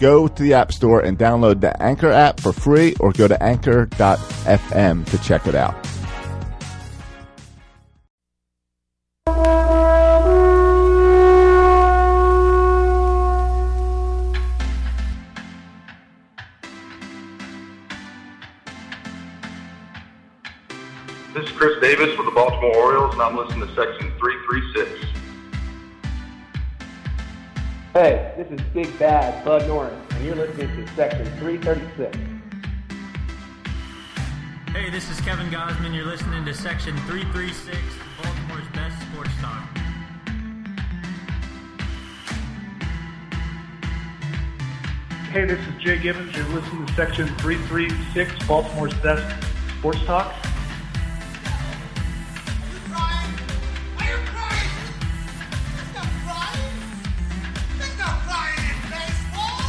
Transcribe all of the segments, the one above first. Go to the App Store and download the Anchor app for free or go to anchor.fm to check it out. This is Chris Davis with the Baltimore Orioles, and I'm listening to Section 336. Hey, this is Big Bad Bud Norris, and you're listening to Section 336. Hey, this is Kevin Gosman. You're listening to Section 336, Baltimore's best sports talk. Hey, this is Jay Gibbons. You're listening to Section 336, Baltimore's Best Sports Talk. You crying? Why are you crying? There's no crying. There's no crying in baseball.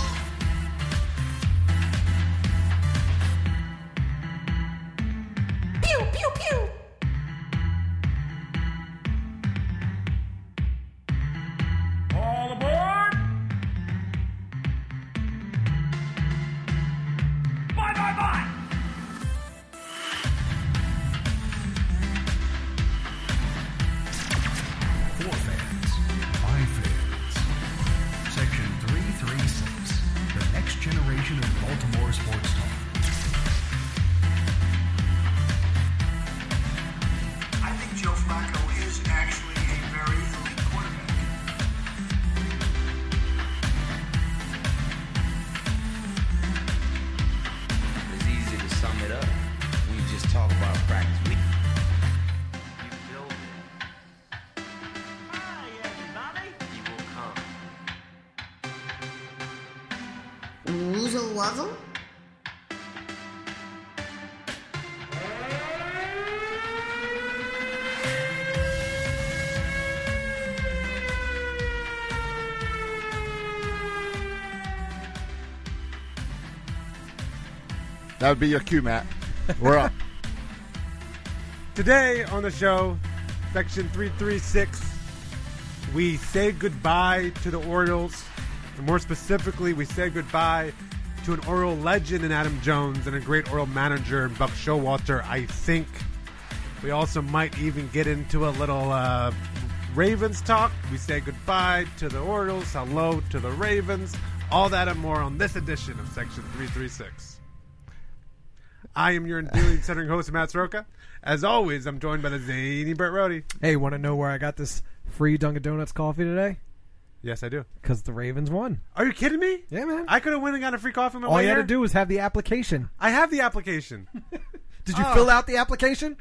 Pew pew pew. All aboard! Bye, bye, bye! For fans, by fans. Section 336, the next generation of Baltimore sports talk. I think Joe Flacco is actually a very elite quarterback. It's easy to sum it up. We just talk about practice. We, you build it, Hi everybody. you will come. Woozle wuzzle. That would be your cue, Matt. We're up. Today on the show, section 336, we say goodbye to the Orioles. And more specifically, we say goodbye to an Oriole legend in Adam Jones and a great Oriole manager in Buck Showalter, I think. We also might even get into a little uh, Ravens talk. We say goodbye to the Orioles, hello to the Ravens, all that and more on this edition of Section 336. I am your enduring centering host, Matt Soroka. As always, I'm joined by the zany Brett Rohde. Hey, want to know where I got this free Dunkin' Donuts coffee today? Yes, I do. Because the Ravens won. Are you kidding me? Yeah, man. I could have went and got a free coffee on my All way you had to here. do was have the application. I have the application. Did you Oh. fill out the application?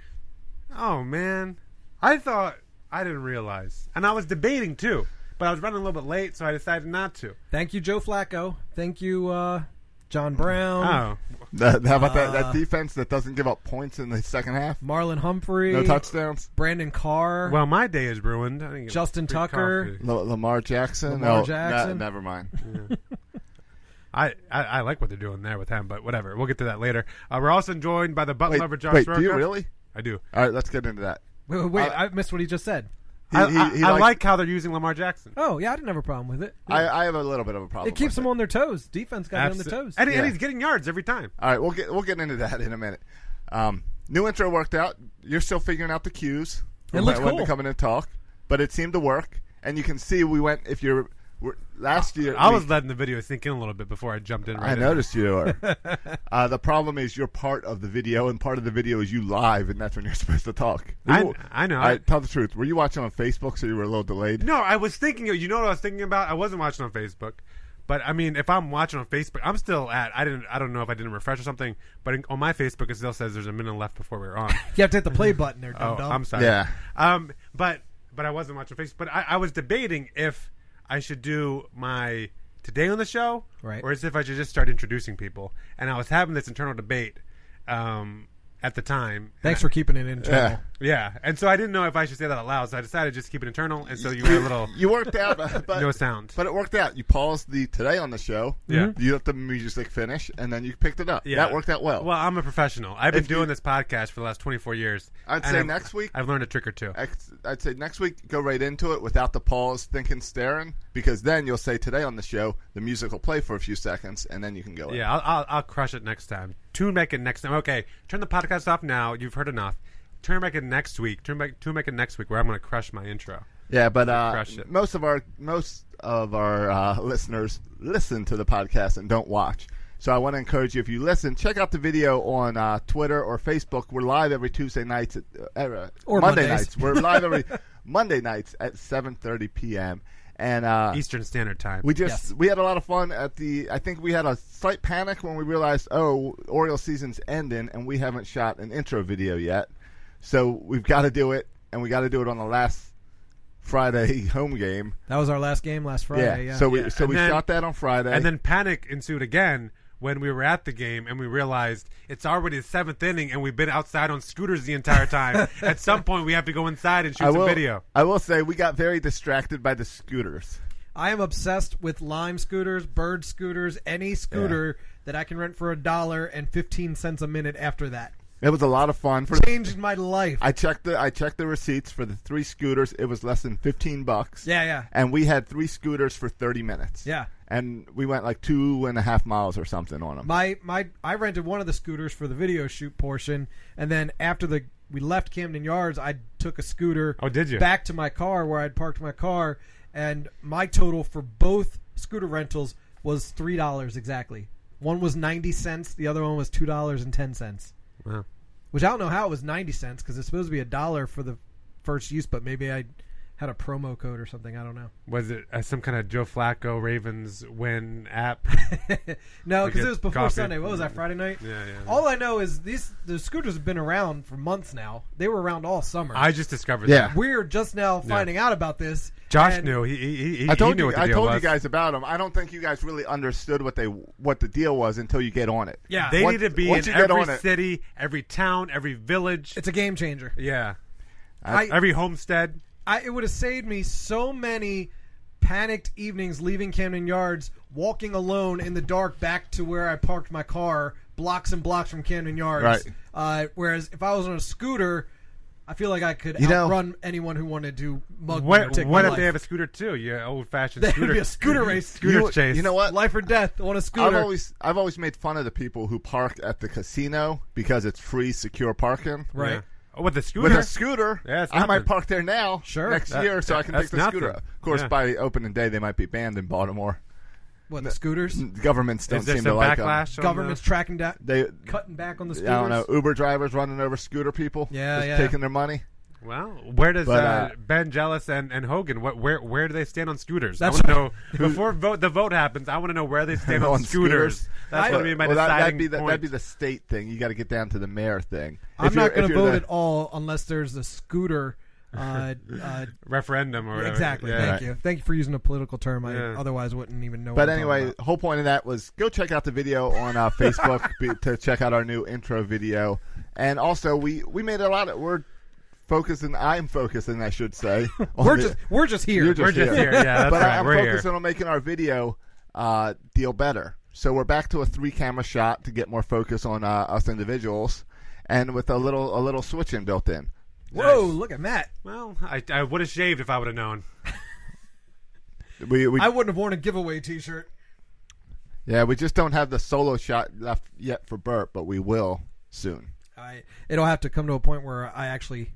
oh man, I thought I didn't realize, and I was debating too, but I was running a little bit late, so I decided not to. Thank you, Joe Flacco. Thank you, uh, John Brown. Oh, That- How about that, Uh, that defense that doesn't give up points in the second half? Marlon Humphrey. No touchdowns? Brandon Carr. well, my day is ruined. I didn't get Justin free Tucker. coffee. L- Lamar Jackson? Lamar no, Jackson? ne- never mind. I, I I like what they're doing there with him, but whatever. We'll get to that later. Uh, we're also joined by the butt Wait, lover Josh wait, Soroka. do you really? I do. All right, let's get into that. wait, wait, wait, Uh, I missed what he just said. He- I, he- I- he I likes- like how they're using Lamar Jackson. Oh, yeah, I didn't have a problem with it. I, I have a little bit of a problem. it keeps with them on their toes. Defense got Abso- them on their toes. And, and Yeah. he's getting yards every time. All right, we'll get we'll get into that in a minute. Um, new intro worked out. You're still figuring out the cues. It from looks when to cool. come in and talk, but it seemed to work. And you can see we went. If you're we're- last year, I we- was letting the video sink in a little bit before I jumped in. Right I in. noticed you were. uh, the problem is you're part of the video, and part of the video is you live, and that's when you're supposed to talk. We I- will- I know. All right, tell the truth. Were you watching on Facebook, so you were a little delayed? No, I was thinking. You know what I was thinking about? I wasn't watching on Facebook, but I mean, if I'm watching on Facebook, I'm still at. I didn't. I don't know if I didn't refresh or something, but in, on my Facebook, it still says there's a minute left before we're on. You have to hit the play button there, oh, dumb dumb. I'm sorry. Yeah. Um, but but I wasn't watching Facebook. But I, I was debating if I should do my today on the show, Right. or as if I should just start introducing people. And I was having this internal debate um, at the time. Thanks And for keeping it internal. yeah, and so I didn't know if I should say that out loud, so I decided to just keep it internal. And so you had a little you worked out, but, but- no sound. But it worked out. You paused the today on the show. Mm-hmm. Yeah. You let the music finish, and then you picked it up. Yeah. That worked out well. Well, I'm a professional. I've been If you- doing this podcast for the last 24 years. I'd and say I've- next week- I've learned a trick or two. Ex- I'd say next week go right into it without the pause, thinking, staring, because then you'll say today on the show the music will play for a few seconds, and then you can go in. Yeah, I'll, I'll, I'll crush it next time. Tune back in next time. Okay, turn the podcast off now. You've heard enough. Turn back in next week. Turn back. Tune back in next week where I'm going to crush my intro. Yeah, but uh, Crush it. most of our most of our uh, listeners listen to the podcast and don't watch. So I want to encourage you if you listen, check out the video on uh, Twitter or Facebook. We're live every Tuesday nights at uh, uh, Or Monday Mondays. nights. We're live every Monday nights at 7:30 p.m. and uh, Eastern Standard Time. we just we had a lot of fun at the. I think we had a slight panic when we realized, oh, Oriole season's ending, and we haven't shot an intro video yet. So we've got to do it, and we got to do it on the last Friday home game. That was our last game last Friday. Yeah. So we Yeah, so and we then- shot that on Friday, and then panic ensued again when we were at the game and we realized it's already the seventh inning and we've been outside on scooters the entire time. at some point, we have to go inside and shoot I some will video. I will say we got very distracted by the scooters. I am obsessed with lime scooters, bird scooters, any scooter that I can rent for a dollar and fifteen cents a minute. After that, It was a lot of fun for. changed my life. I checked the I checked the receipts for the three scooters. It was less than fifteen bucks. yeah, yeah, and we had three scooters for 30 minutes. Yeah. And we went like two and a half miles or something on them. My my I rented one of the scooters for the video shoot portion, and then after the we left Camden Yards, I took a scooter. Oh, did you? back to my car where I'd parked my car, and my total for both scooter rentals was three dollars exactly. One was ninety cents, the other one was two dollars and ten cents. Wow. Which I don't know how it was ninety cents because it's supposed to be a dollar for the first use, but maybe I had a promo code or something. I don't know. Was it uh, some kind of Joe Flacco Ravens win app? no, We because get it was before coffee. Mm-hmm. Sunday. What was that? Friday night. Yeah, yeah. All I know is these the scooters have been around for months now. They were around all summer. I just discovered Yeah. that. We're just now finding out about this. Josh and- knew. He, he, he, I told he knew you, what the I deal told was. you guys about them. I don't think you guys really understood what they what the deal was until you get on it. Yeah, They Once- need to be once in you get every on it- city, every town, every village. it's a game changer. yeah. I, Every homestead. I it would have saved me so many panicked evenings leaving Camden Yards, walking alone in the dark back to where I parked my car, blocks and blocks from Camden Yards. Right. Uh, whereas if I was on a scooter, I feel like I could You know- outrun anyone who wanted to mug me or What, take what my if they life. have a scooter too? Yeah, old fashioned That'd scooter. be a scooter race. Scooter You- chase. you know what? life or death on a I've scooter? always I've always made fun of the people who park at the casino because it's free secure parking. right. Yeah. Oh, with the scooter. With a scooter, Yeah, it's I might nothing. park there now Sure. next That- year so I can pick that's the scooter. up. nothing. Of course, Yeah. by opening day they might be banned in Baltimore. What the scooters? Governments don't Is there seem some to like 'em. backlash? on Government's tracking down, They cutting back on the scooters. I don't know. Uber drivers running over scooter people. Yeah, just yeah. Taking their money. the, well, where does But, uh, uh, Ben Jealous and, and Hogan? What where where do they stand on scooters? That's I want to know before vote the vote happens. I want to know where they stand on, On scooters. scooters. That's going to be my well, that, deciding that'd be the, point. that'd be the state thing. You got to get down to the mayor thing. I'm If not you're- going if to you're vote the- at all unless there's a scooter. Uh, uh, referendum or whatever. exactly. Yeah. Thank you. Thank you for using a political term. I Yeah. otherwise wouldn't even know. But what I'm talking anyway, about. the whole point of that was go check out the video on uh, Facebook be, to check out our new intro video, and also we we made a lot of we're focusing. I'm focusing, I should say. on we're the- just we're just here. You're just We're just here. Yeah, that's but I- right. I'm We're here. focusing on making our video uh, deal better. So we're back to a three camera shot to get more focus on uh, us individuals, and with a little a little switching built in. Whoa! Look at Matt. Well, I, I would have shaved if I would have known. We, we I wouldn't have worn a giveaway T-shirt. yeah we just don't have the solo shot left yet for Bert, but we will soon. I it'll have to come to a point where I actually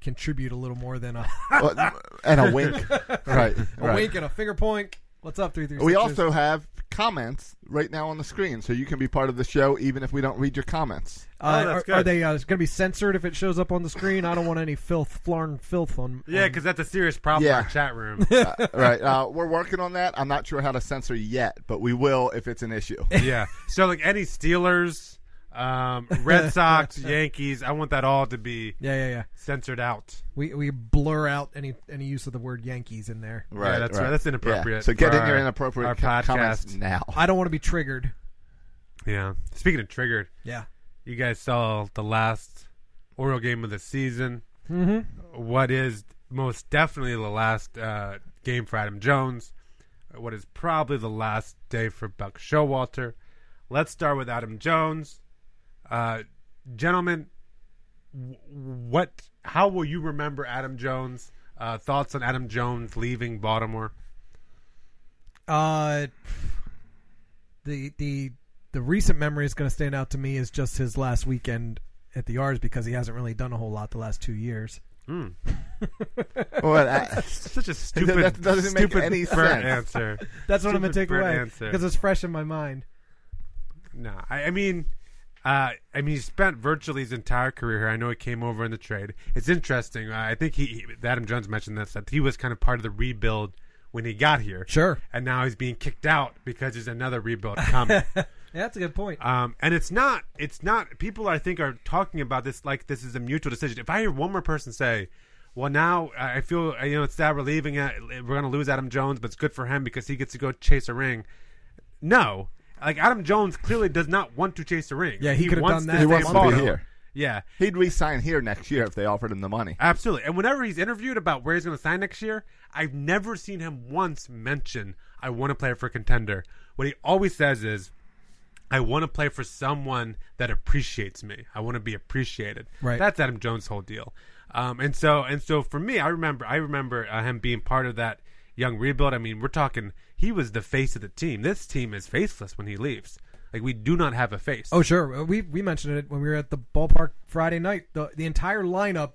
contribute a little more than a, Uh, and a wink, right? a right. wink and a finger point. What's up, three three? We also have comments right now on the screen, so you can be part of the show even if we don't read your comments. Uh, Oh, that's are, are good. they uh, going to be censored if it shows up on the screen? I don't want any filth, flarn filth on. Yeah, on- because that's a serious problem in Yeah. our chat room. Uh, right? Uh, we're working on that. I'm not sure how to censor yet, but we will if it's an issue. yeah. So like any Steelers, Um, Red Sox, Yankees. I want that all to be Yeah, yeah, yeah. censored out. We we blur out any any use of the word Yankees in there. Right, Yeah, that's right. right. That's inappropriate Yeah. So get for in your our- inappropriate our co- comments podcast. now. I don't want to be triggered. Yeah. Speaking of triggered, Yeah. you guys saw the last Oriole game of the season. Mhm. What is most definitely the last uh, game for Adam Jones? What is probably the last day for Buck Showalter? Let's start with Adam Jones. Uh, gentlemen, w- what? How will you remember Adam Jones? Uh, thoughts on Adam Jones leaving Baltimore? Uh, the the the recent memory is going to stand out to me is just his last weekend at the R's because he hasn't really done a whole lot the last two years. Hmm. Well, I- Such a That stupid, doesn't make stupid any burnt sense. answer. That's what I'm going to Stupid take burnt away answer. because it's fresh in my mind. No, I, I mean, uh, I mean, he spent virtually his entire career here. I know he came over in the trade. It's interesting. Uh, I think he, he Adam Jones mentioned this that he was kind of part of the rebuild when he got here. Sure. And now he's being kicked out because there's another rebuild coming. Yeah, that's a good point. Um, and it's not. It's not. People, I think, are talking about this like this is a mutual decision. If I hear one more person say, "Well, now I I feel you know it's that we're leaving. uh, We're going to lose Adam Jones, but it's good for him because he gets to go chase a ring." No, like Adam Jones clearly does not want to chase a ring. Yeah, he could've wants done to that. He stay wants to in be Baltimore. here. Yeah, He'd resign here next year if they offered him the money. absolutely. And whenever he's interviewed about where he's going to sign next year, I've never seen him once mention, "I want to play for a contender." What he always says is. I want to play for someone that appreciates me. I want to be appreciated. Right. That's Adam Jones' whole deal. Um, and so and so for me, I remember I remember uh, him being part of that young rebuild. I mean, we're talking he was the face of the team. This team is faceless when he leaves. Like we do not have a face. Oh, sure. Uh, We we mentioned it when we were at the ballpark Friday night. The the entire lineup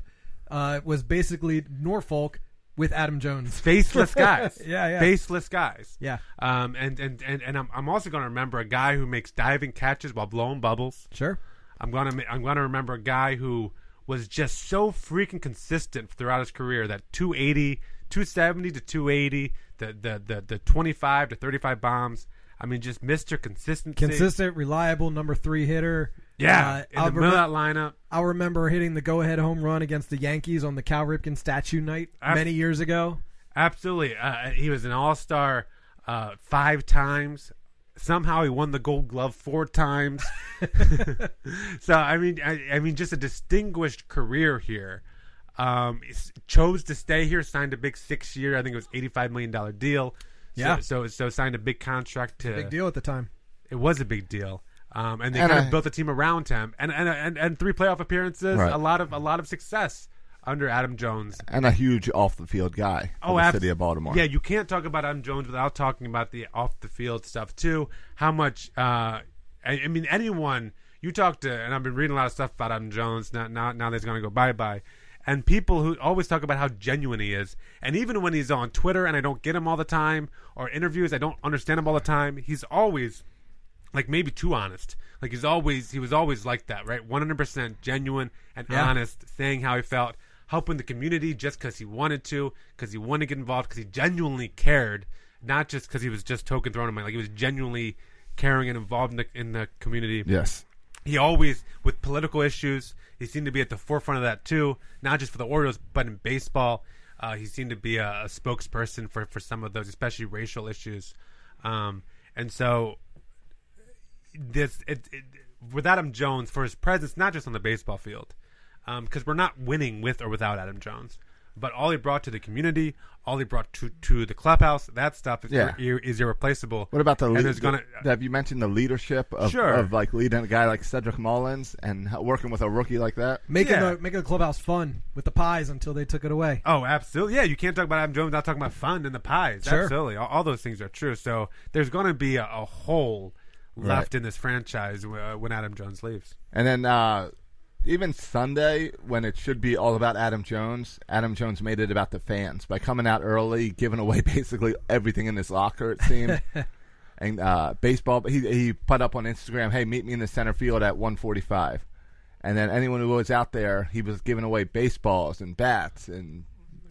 uh, was basically Norfolk with Adam Jones. faceless guys. yeah, yeah. Faceless guys. Yeah. Um, and and and, and I'm, I'm also going to remember a guy who makes diving catches while blowing bubbles. Sure. I'm gonna ma- I'm gonna remember a guy who was just so freaking consistent throughout his career. That 280, 270 to 280, the the the, the 25 to 35 bombs. I mean, just Mr. Consistency. Consistent, Uh, reliable, number three hitter. Yeah, in I'll the middle remem- of that lineup. I remember hitting the go-ahead home run against the Yankees on the Cal Ripken statue night Ab- many years ago. Absolutely. Uh, he was an all star uh, five times. Somehow he won the gold glove four times. so, I mean, I, I mean, just a distinguished career here. Um, s- chose to stay here, signed a big six year, I think it was $85 million deal. So- Yeah. So, so, signed a big contract to. Big deal at the time. It was a big deal. Um, and they And kind I- of built a team around him, and and and, and three playoff appearances, Right. a lot of a lot of success under Adam Jones. And a huge off the field guy for the Oh, abs- city of Baltimore. Yeah, you can't talk about Adam Jones without talking about the off the field stuff too. How much? Uh, I, I mean, anyone you talk to, and I've been reading a lot of stuff about Adam Jones. Now, now, now that he's going to go bye bye. And people who always talk about how genuine he is, and even when he's on Twitter, and I don't get him all the time, or interviews, I don't understand him all the time. He's always like maybe too honest. Like he's always he was always like that, right? One hundred percent genuine and Yeah. honest, saying how he felt, helping the community just because he wanted to, because he wanted to get involved, because he genuinely cared, not just because he was just token thrown away. Like he was genuinely caring and involved in the in the community. Yes. He always with political issues. He seemed to be at the forefront of that too, not just for the Orioles but in baseball. Uh, he seemed to be a, a spokesperson for, for some of those, especially racial issues. Um, and so this it, it, with Adam Jones for his presence, not just on the baseball field, because we're not winning with or without Adam Jones, but all he brought to the community, all he brought to to the clubhouse, that stuff is, Yeah. ir- is irreplaceable. What about the and leader? there's gonna have you mentioned the leadership of, Sure. of like leading a guy like Cedric Mullins and h- working with a rookie like that? Making Yeah. the making the clubhouse fun with the pies until they took it away. Oh, absolutely. Yeah, you can't talk about Adam Jones without talking about fun and the pies. Sure. Absolutely. All, all those things are true. So there's going to be a, a hole left in this franchise uh, when Adam Jones leaves. And then uh, even Sunday, when it should be all about Adam Jones, Adam Jones made it about the fans by coming out early, giving away basically everything in his locker. It seemed. and uh, baseball, he he put up on Instagram, "Hey, meet me in the center field at 145." And then anyone who was out there, he was giving away baseballs and bats and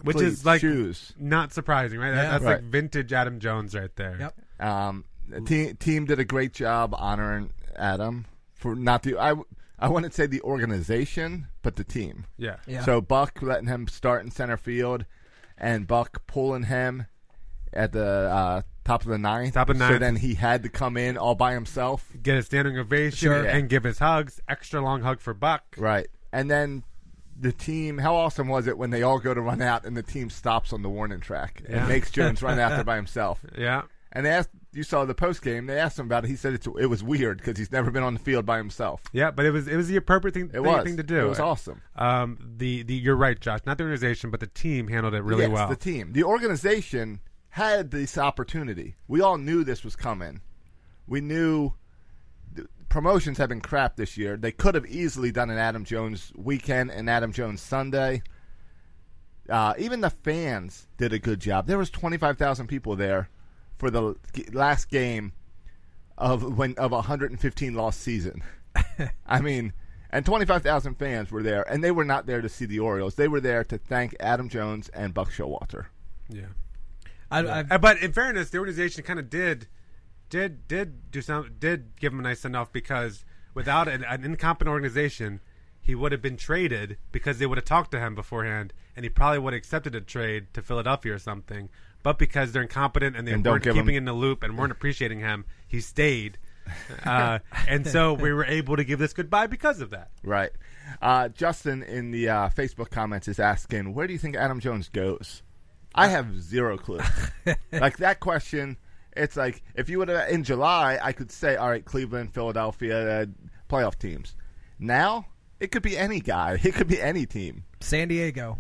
Which cleats, is like shoes. not surprising, right? That- Yeah. That's Right. like vintage Adam Jones right there. Yep. Mm. Um, the te- team did a great job honoring Adam. for not the I. w- I wouldn't say the organization, but the team. Yeah. Yeah. So Buck letting him start in center field, and Buck pulling him at the uh, top of the ninth. Top of So ninth. then he had to come in all by himself. Get a standing ovation Sure. and give his hugs. Extra long hug for Buck. Right. And then the team, how awesome was it when they all go to run out and the team stops on the warning track Yeah. and makes Jones run out there by himself? Yeah. And they asked, you saw the post game, they asked him about it. He said it's, it was weird because he's never been on the field by himself. Yeah, but it was it was the appropriate thing, thing, was. thing to do. It was awesome. Um, the the you're right, Josh. Not the organization, but the team handled it really yes, well. the team. The organization had this opportunity. We all knew this was coming. We knew the promotions have been crap this year. They could have easily done an Adam Jones weekend and Adam Jones Sunday. Uh, even the fans did a good job. There was 25,000 people there for the last game of when of a 115 loss season. I mean, and 25,000 fans were there, and they were not there to see the Orioles. They were there to thank Adam Jones and Buck Showalter. Yeah. I- Yeah. Uh, but in fairness, the organization kind of did, did, did do some, did give him a nice send off because without an, an incompetent organization, he would have been traded because they would have talked to him beforehand, and he probably would have accepted a trade to Philadelphia or something. But because they're incompetent and they And don't weren't give keeping him- in the loop and weren't appreciating him, he stayed, uh, and so we were able to give this goodbye because of that. Right. Uh, Justin in the uh, Facebook comments is asking, where do you think Adam Jones goes? I have zero clue. like that question, it's like if you would have in July, I could say, all right, Cleveland, Philadelphia, uh, playoff teams. Now it could be any guy. It could be any team. San Diego.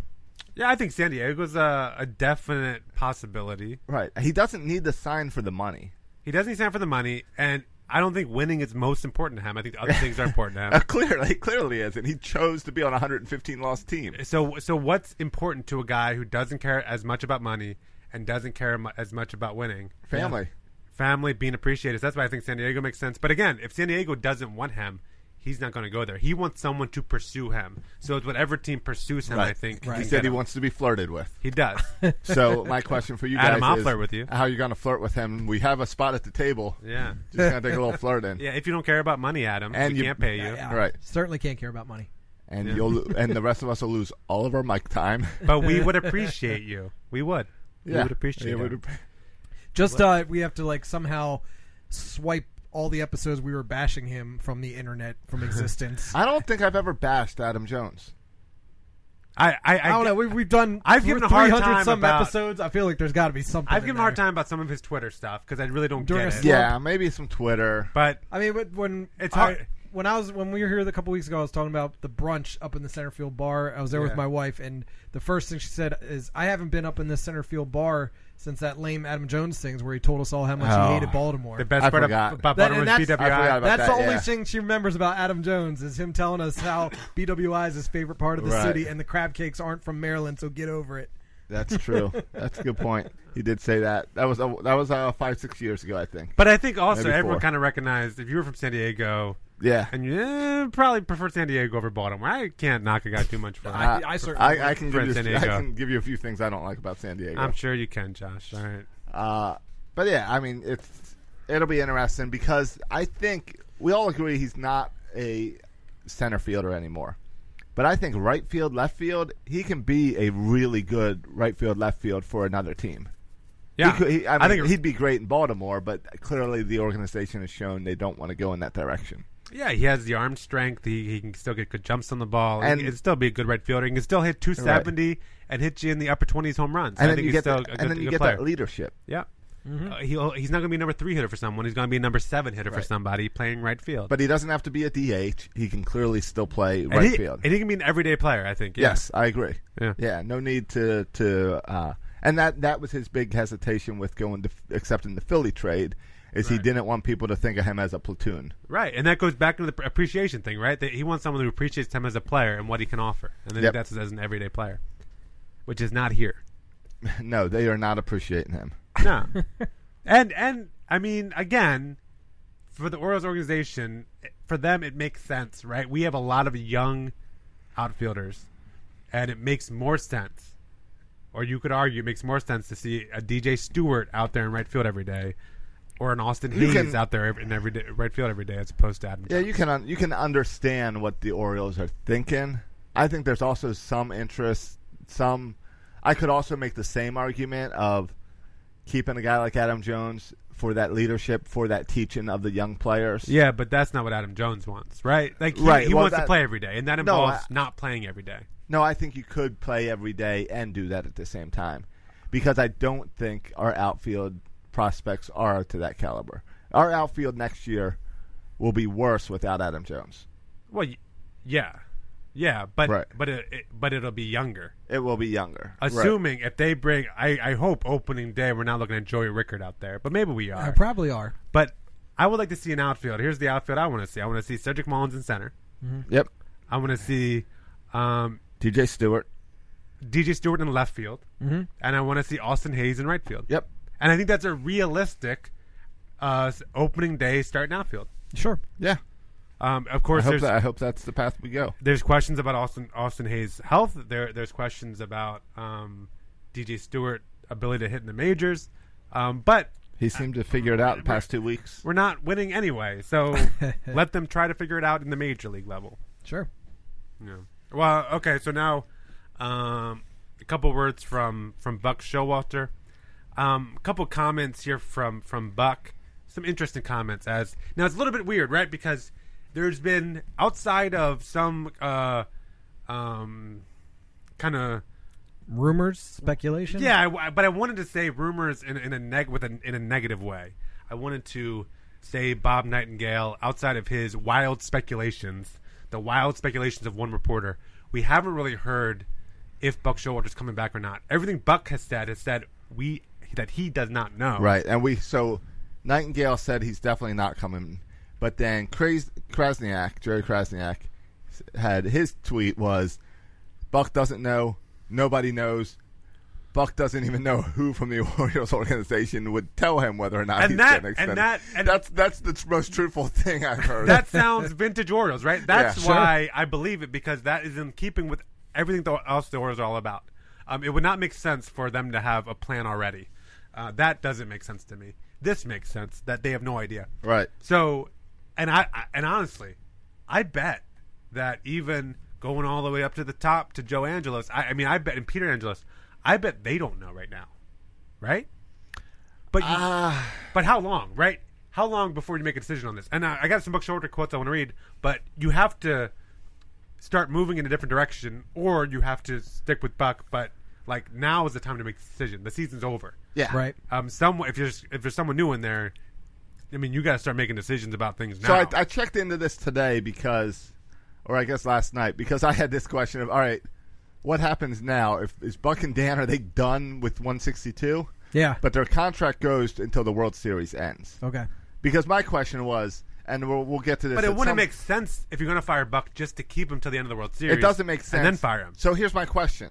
Yeah, I think San Diego's a, a definite possibility. Right. He doesn't need the sign for the money. He doesn't stand for the money, and I don't think winning is most important to him. I think the other things are important to him. Uh, clearly, clearly is, and he chose to be on a 115 loss team. So, so what's important to a guy who doesn't care as much about money and doesn't care mu- as much about winning? Family. family being appreciated. So that's why I think San Diego makes sense. But again, if San Diego doesn't want him, he's not going to go there. He wants someone to pursue him. So it's whatever team pursues him. I think he can said get he him. wants to be flirted with. He does. So my question for you guys Adam, I'll is flirt with you. How you going to flirt with him? We have a spot at the table. Yeah, just going to take a little flirt in. Yeah, if you don't care about money, Adam, And and we you- can't pay you. Yeah. Right. Certainly can't care about money. And Yeah. you'll lo- and the rest of us will lose all of our mic time. But we would appreciate you. We would. Yeah. We would appreciate We it. would Just uh, we have to like somehow swipe all the episodes we were bashing him from the internet from existence. I don't think I've ever bashed Adam Jones. I I, I don't know. We've, we've done. I've we're given a hard 300 time some about- episodes. I feel like there's got to be something. I've given in him a hard time about some of his Twitter stuff because I really don't During a get it. slump. Yeah, maybe some Twitter. But I mean, but when It's it's hard- hard. when I was when we were here a couple weeks ago, I was talking about the brunch up in the center field bar. I was there Yeah. with my wife, and the first thing she said is, "I haven't been up in this center field bar since that lame Adam Jones things where he told us all how much Oh. he hated Baltimore." the best I part forgot. of, about That- Baltimore's and that's- I forgot BWI. about That's that, the only yeah. thing she remembers about Adam Jones is him telling us how BWI is his favorite part of the Right. city, and the crab cakes aren't from Maryland, so get over it. That's true. That's a good point. He did say that. That was uh, that was uh, five six years ago, I think. But I think also Maybe everyone four. kind of recognized if you were from San Diego, Yeah. and you eh, probably prefer San Diego over Baltimore. I can't knock a guy too much for that. I- Uh, I certainly would. I, I can give you San I Diego. can give you a few things I don't like about San Diego. I'm sure you can, Josh. All right. Uh, but yeah, I mean, it's it'll be interesting because I think we all agree he's not a center fielder anymore. But I think right field, left field, he can be a really good right field, left field for another team. Yeah, he could, he, I, I think think- he'd be great in Baltimore, but clearly the organization has shown they don't want to go in that direction. Yeah, he has the arm strength. He, he can still get good jumps on the ball. And And- he can still be a good right fielder. He can still hit 270 and hit you in the upper 20s home runs. I And then think you he's get still that, a good, and then you good get player. that leadership. Yeah. Uh, he'll, he's not going to be a number three hitter for someone. He's going to be a number seven hitter Mm-hmm. for Right. somebody playing right field. But he doesn't have to be a DH. He can clearly still play and, right he, field. and he can be an everyday player, I think. yeah. Yes, I agree. Yeah. no need to to uh, and that that was his big hesitation with going to accepting the Philly trade is he didn't want people to think of him as a platoon. Right, and that goes back into the appreciation thing, right? That he wants someone who appreciates him as a player and what he can offer, and then Yep. that's as an everyday player, which is not here. No, they are not appreciating him. No, and and I mean, again, for the Orioles organization, for them it makes sense, right? We have a lot of young outfielders, and it makes more sense. Or you could argue it makes more sense to see a DJ Stewart out there in right field every day, or an Austin You Hayes can- out there every- in every day, right field every day as opposed to Adam. Yeah, you can un- you can understand what the Orioles are thinking. I think there's also some interest. Some I could also make the same argument of keeping a guy like Adam Jones for that leadership, for that teaching of the young players. Yeah, but that's not what Adam Jones wants, right? Like he, Right, he well, wants to that- play every day, and that No, involves I- not playing every day. No, I think you could play every day and do that at the same time because I don't think our outfield prospects are to that caliber. Our outfield next year will be worse without Adam Jones. Well, y- yeah, yeah, but Right. but it, it, but it'll be younger. It will be younger. Right. Assuming if they bring, I, I hope opening day we're not looking at Joey Rickard out there, but maybe we are. I probably are. But I would like to see an outfield. Here's the outfield I want to see. I want to see Cedric Mullins in center. Mhm. Yep. I want to see um, DJ Stewart. DJ Stewart in left field, Mhm. and I want to see Austin Hayes in right field. Yep. And I think that's a realistic uh, s- opening day starting outfield. Sure. Yeah. Um, of I course, hope, there's, that, I hope that's the path we go. there's questions about Austin Austin Hayes' health. There there's questions about um, DJ Stewart' ability to hit in the majors. Um, but He seemed to figure it out the past two weeks. we're not winning anyway, so let them try to figure it out in the major league level. Sure. Yeah. Well, okay. So now, um, a couple words from from Buck Showalter. Um, a couple comments here from from Buck. Some interesting comments. As now, it's a little bit weird, right? Because there's been outside of some uh, um, kind of Rumors, speculation. yeah, I w but I wanted to say rumors in, in a neg with a, in a negative way. I wanted to say Bob Nightingale outside of his wild speculations, the wild speculations of one reporter. We haven't really heard if Buck Showalter's coming back or not. Everything Buck has said has said we that he does not know. Right, and we so Nightingale said he's definitely not coming, but then Kras- Krasniak, Jerry Krasniak, s- had his tweet was, "Buck doesn't know, nobody knows." Buck doesn't even know who from the Orioles organization would tell him whether or not And he's that- getting and extended. that- and- that's that's the tr- most truthful thing I've heard. That sounds vintage Orioles, right? That's Yeah. Sure. why I believe it because that is in keeping with everything the, else the Orioles are all about. Um, it would not make sense for them to have a plan already. Uh, that doesn't make sense to me. This makes sense that they have no idea. right. So, and I, I and honestly, I bet that even going all the way up to the top to Joe Angelos, I, I mean, I bet and Peter Angelos, I bet they don't know right now, right? But you, but how long, right? How long before you make a decision on this? And I, I got some book shorter quotes I want to read, but you have to start moving in a different direction, or you have to stick with Buck. But like now is the time to make the decision. The season's over. Yeah. Right. Um, some if there's if there's someone new in there, I mean, you got to start making decisions about things now. So I, I checked into this today because, or I guess last night, because I had this question of, all right, what happens now? If is Buck and Dan are they done with 162? Yeah. Oh. But their contract goes until the World Series ends. Okay. Because my question was, and we'll, we'll get to this. but at it wouldn't some- make sense if you're going to fire Buck just to keep him till the end of the World Series. It doesn't make sense. And then fire him. So here's my question: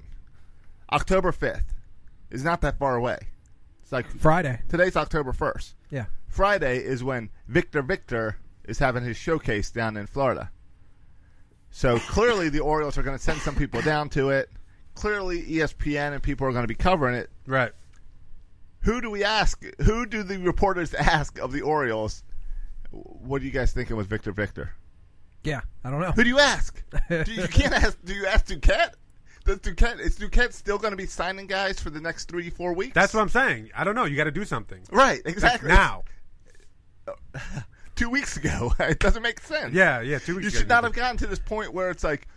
October 5th is not that far away. It's like Friday. today's October 1st. Yeah. Friday is when Victor Victor is having his showcase down in Florida. So clearly the Orioles are going to send some people down to it. Clearly E ESPN and people are going to be covering it. Right. Who do we ask? Who do the reporters ask of the Orioles? What are you guys thinking with Victor Victor? Yeah. I don't know. Who do you ask? do you, you can't ask. Do you ask Duquette? Does Duquette is Duquette still going to be signing guys for the next three four weeks? That's what I'm saying. I don't know. You got to do something right. Exactly. now. two weeks ago, it doesn't make sense. Yeah, yeah. Two weeks. you ago, should not have gotten to this point where it's like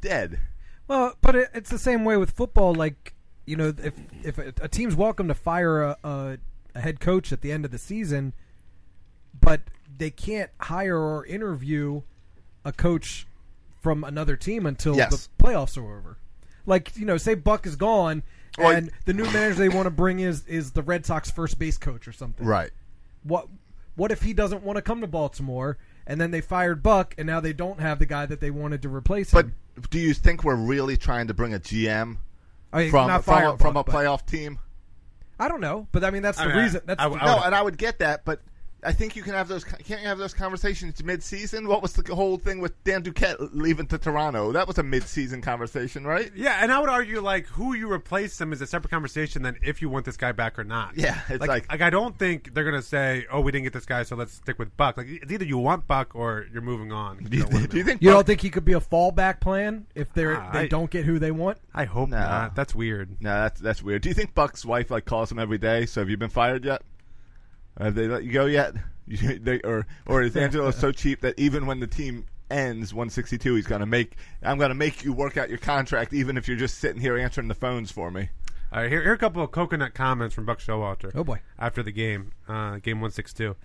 dead. Well, but it, it's the same way with football. Like you know, if if a, a team's welcome to fire a, a, a head coach at the end of the season, but they can't hire or interview a coach from another team until Yes. the playoffs are over. Like you know, say Buck is gone. Well, And the new manager they want to bring is is the Red Sox first base coach or something. What what if he doesn't want to come to Baltimore and then they fired Buck and now they don't have the guy that they wanted to replace But him? do you think we're really trying to bring a GM I mean, from not from, fire a, from a Buck, but- playoff team? I don't know, but I mean that's the I mean, I- reason. That's I the, would- No, and I would get that, but I think you can have those. Can't you have those conversations mid-season? What was the whole thing with Dan Duquette leaving to Toronto? That was a mid-season conversation, right? Yeah, and I would argue like who you replace them is a separate conversation than if you want this guy back or not. Yeah, it's like like- like, I don't think they're gonna say, oh, we didn't get this guy, so let's stick with Buck. Like it's either you want Buck or you're moving on. Do you, think You don't think he could be a fallback plan if they're Ah, they I- don't get who they want? I hope not. That's weird. No, that's that's weird. Do you think Buck's wife like calls him every day? So have you been fired yet? Have they let you go yet? You- they, or or is Angelo so cheap that even when the team ends 162, he's gonna make I'm gonna make you work out your contract, even if you're just sitting here answering the phones for me. All right, here, here are a couple of coconut comments from Buck Showalter. Oh, boy. After the game, uh, game one six two,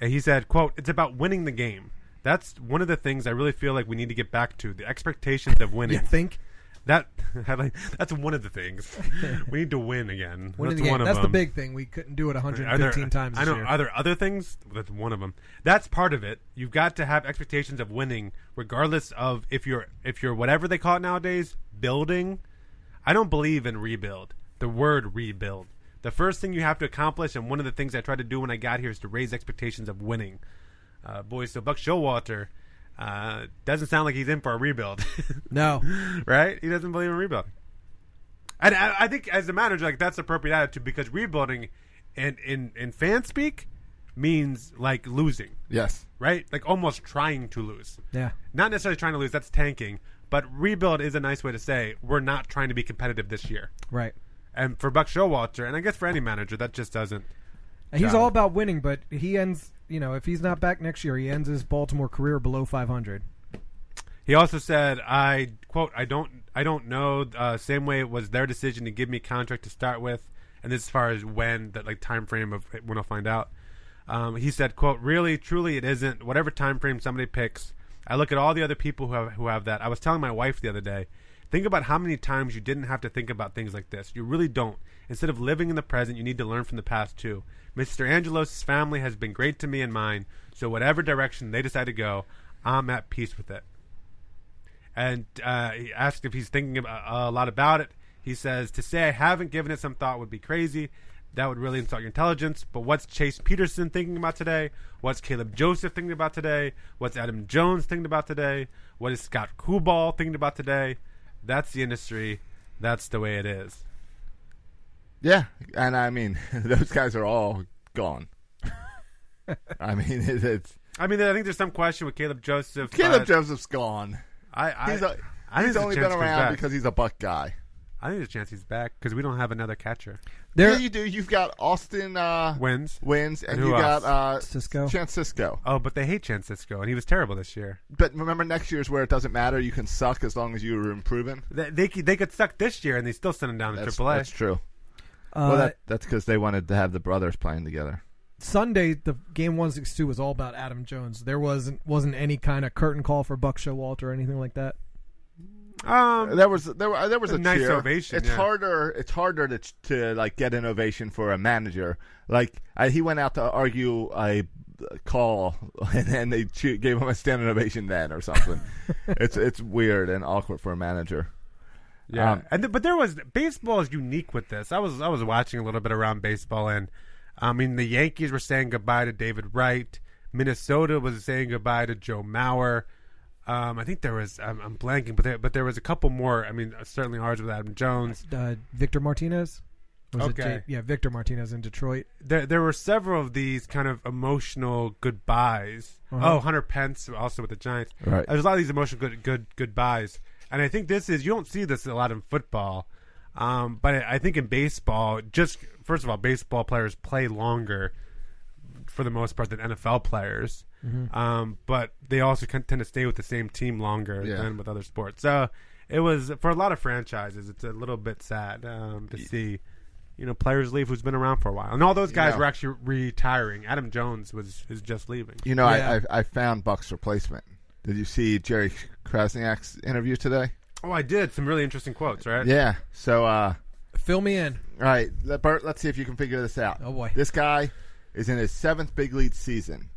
and he said, "quote It's about winning the game. That's one of the things I really feel like we need to get back to the expectations of winning. You think? that I like- that's one of the things we need to win again. Winning that's the game. one of That's the them. big thing. We couldn't do it 115 Are there- times. I this know. year. Are there other things? That's one of them. That's part of it. You've got to have expectations of winning, regardless of if you're if you're whatever they call it nowadays, building. I don't believe in rebuild. The word rebuild. The first thing you have to accomplish, and one of the things I tried to do when I got here, is to raise expectations of winning. Uh, boy, so Buck Showalter uh, doesn't sound like he's in for a rebuild. No. right? He doesn't believe in rebuilding. And I, I think as a manager, like that's the appropriate attitude because rebuilding, and in in fan speak, means like losing. Yes. Right. Like almost trying to lose. Yeah. Not necessarily trying to lose. That's tanking. But rebuild is a nice way to say we're not trying to be competitive this year. Right. And for Buck Showalter, and I guess for any manager, that just doesn't. And he's Got all it. about winning, but he ends. You know, if he's not back next year, he ends his Baltimore career below 500. He also said, "I quote, I don't, I don't know. Uh, same way it was their decision to give me contract to start with, and as far as when that like time frame of when I'll find out." Um, he said, "quote, really, truly, it isn't. Whatever time frame somebody picks, I look at all the other people who have who have that. I was telling my wife the other day." Think about how many times you didn't have to think about things like this. You really don't. Instead of living in the present, you need to learn from the past too. Mr. Angelos' family has been great to me and mine, so whatever direction they decide to go, I'm at peace with it and uh, he asked if he's thinking ab- uh, a lot about it. He says, "To say I haven't given it some thought would be crazy. That would really insult your intelligence. But what's Chase Peterson thinking about today? What's Caleb Joseph thinking about today? What's Adam Jones thinking about today? What is Scott Kubal thinking about today? That's the industry. That's the way it is." Yeah, and I mean those guys are all gone. I mean it, it's I mean, I think there's some question with Caleb Joseph. Caleb but Joseph's gone. I, I, He's, a, I think he's there's a only chance been he's around back. because he's a Buck guy. I think there's a chance he's back because we don't have another catcher. There- yeah, you do. You've got Austin uh, Wins. wins, and, And who you got else? uh, Cisco. Chan Cisco. Oh, but they hate Chancisco, and he was terrible this year. But remember, next year's where it doesn't matter. You can suck as long as you are improving. They, they could- they could suck this year and they still send him down to That's, AAA. that's true. Uh, well, that, that's because they wanted to have the brothers playing together. Sunday, the game 162 was all about Adam Jones. There wasn't wasn't any kind of curtain call for Buck Showalter or anything like that. Um, There was there, were- there was A a, nice cheer. ovation, It's yeah. harder. It's harder to to like get an ovation for a manager. Like I, he went out to argue a call, and then they che- gave him a standing ovation then or something. it's it's weird and awkward for a manager. yeah. um, and th- but there was baseball is unique with this. I was I was watching a little bit around baseball and I mean the Yankees were saying goodbye to David Wright. Minnesota was saying goodbye to Joe Mauer. Um, I think there was I'm, I'm blanking, but there, but there was a couple more. I mean, certainly ours with Adam Jones. Uh, Victor Martinez. Or was it Okay. J- yeah, Victor Martinez in Detroit. there there were several of these kind of emotional goodbyes. Uh-huh. Oh, Hunter Pence also with the Giants. Right. There's a lot of these emotional good good goodbyes, and I think this is you don't see this a lot in football, um, but I, I think in baseball, just first of all, baseball players play longer for the most part than NFL players. Mm-hmm. Um, but they also can, tend to stay with the same team longer Yeah. than with other sports. So it was for a lot of franchises. It's a little bit sad um, to see, you know, players leave who's been around for a while, and all those guys Yeah. were actually retiring. Adam Jones was is just leaving. You know, Yeah. I, I I found Buck's replacement. Did you see Jerry Krasniak's interview today? Oh, I did some really interesting quotes, right? Yeah. So, uh, Fill me in. all right, let- Bert, let's see if you can figure this out. Oh, boy. this guy is in his seventh big league season.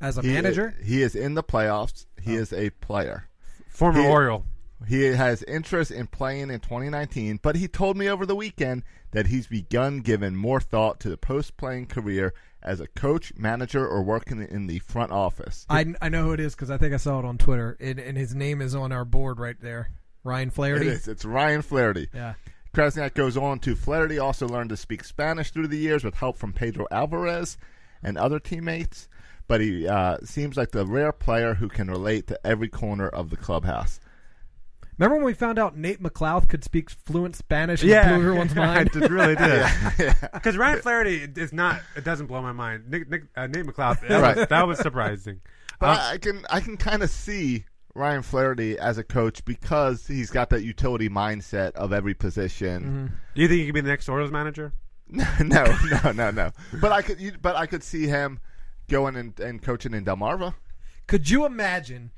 As a He- uh, manager, Oh. he is in the playoffs. He is a player. Former He- Oriole. He has interest in playing in 2019, but he told me over the weekend that he's begun giving more thought to the post-playing career as a coach, manager, or working in the front office. I, I know who it is because I think I saw it on Twitter, and, and his name is on our board right there. Ryan Flaherty. It is. It's Ryan Flaherty. Yeah. Krasniak goes on to Flaherty also learned to speak Spanish through the years with help from Pedro Alvarez and other teammates, but he uh, seems like the rare player who can relate to every corner of the clubhouse. Remember when we found out Nate McLouth could speak fluent Spanish? And Yeah. blew everyone's Yeah, mind. it really did. Because Ryan Flaherty is not. It doesn't blow my mind. Nick, Nick, uh, Nate McLeod. That, was, Right. that was surprising. But Uh, I can I can kind of see Ryan Flaherty as a coach because he's got that utility mindset of every position. Do you think he could be the next Orioles manager? Mm-hmm. no, no, no, no. But I could you, but I could see him going and, and coaching in Delmarva. Could you imagine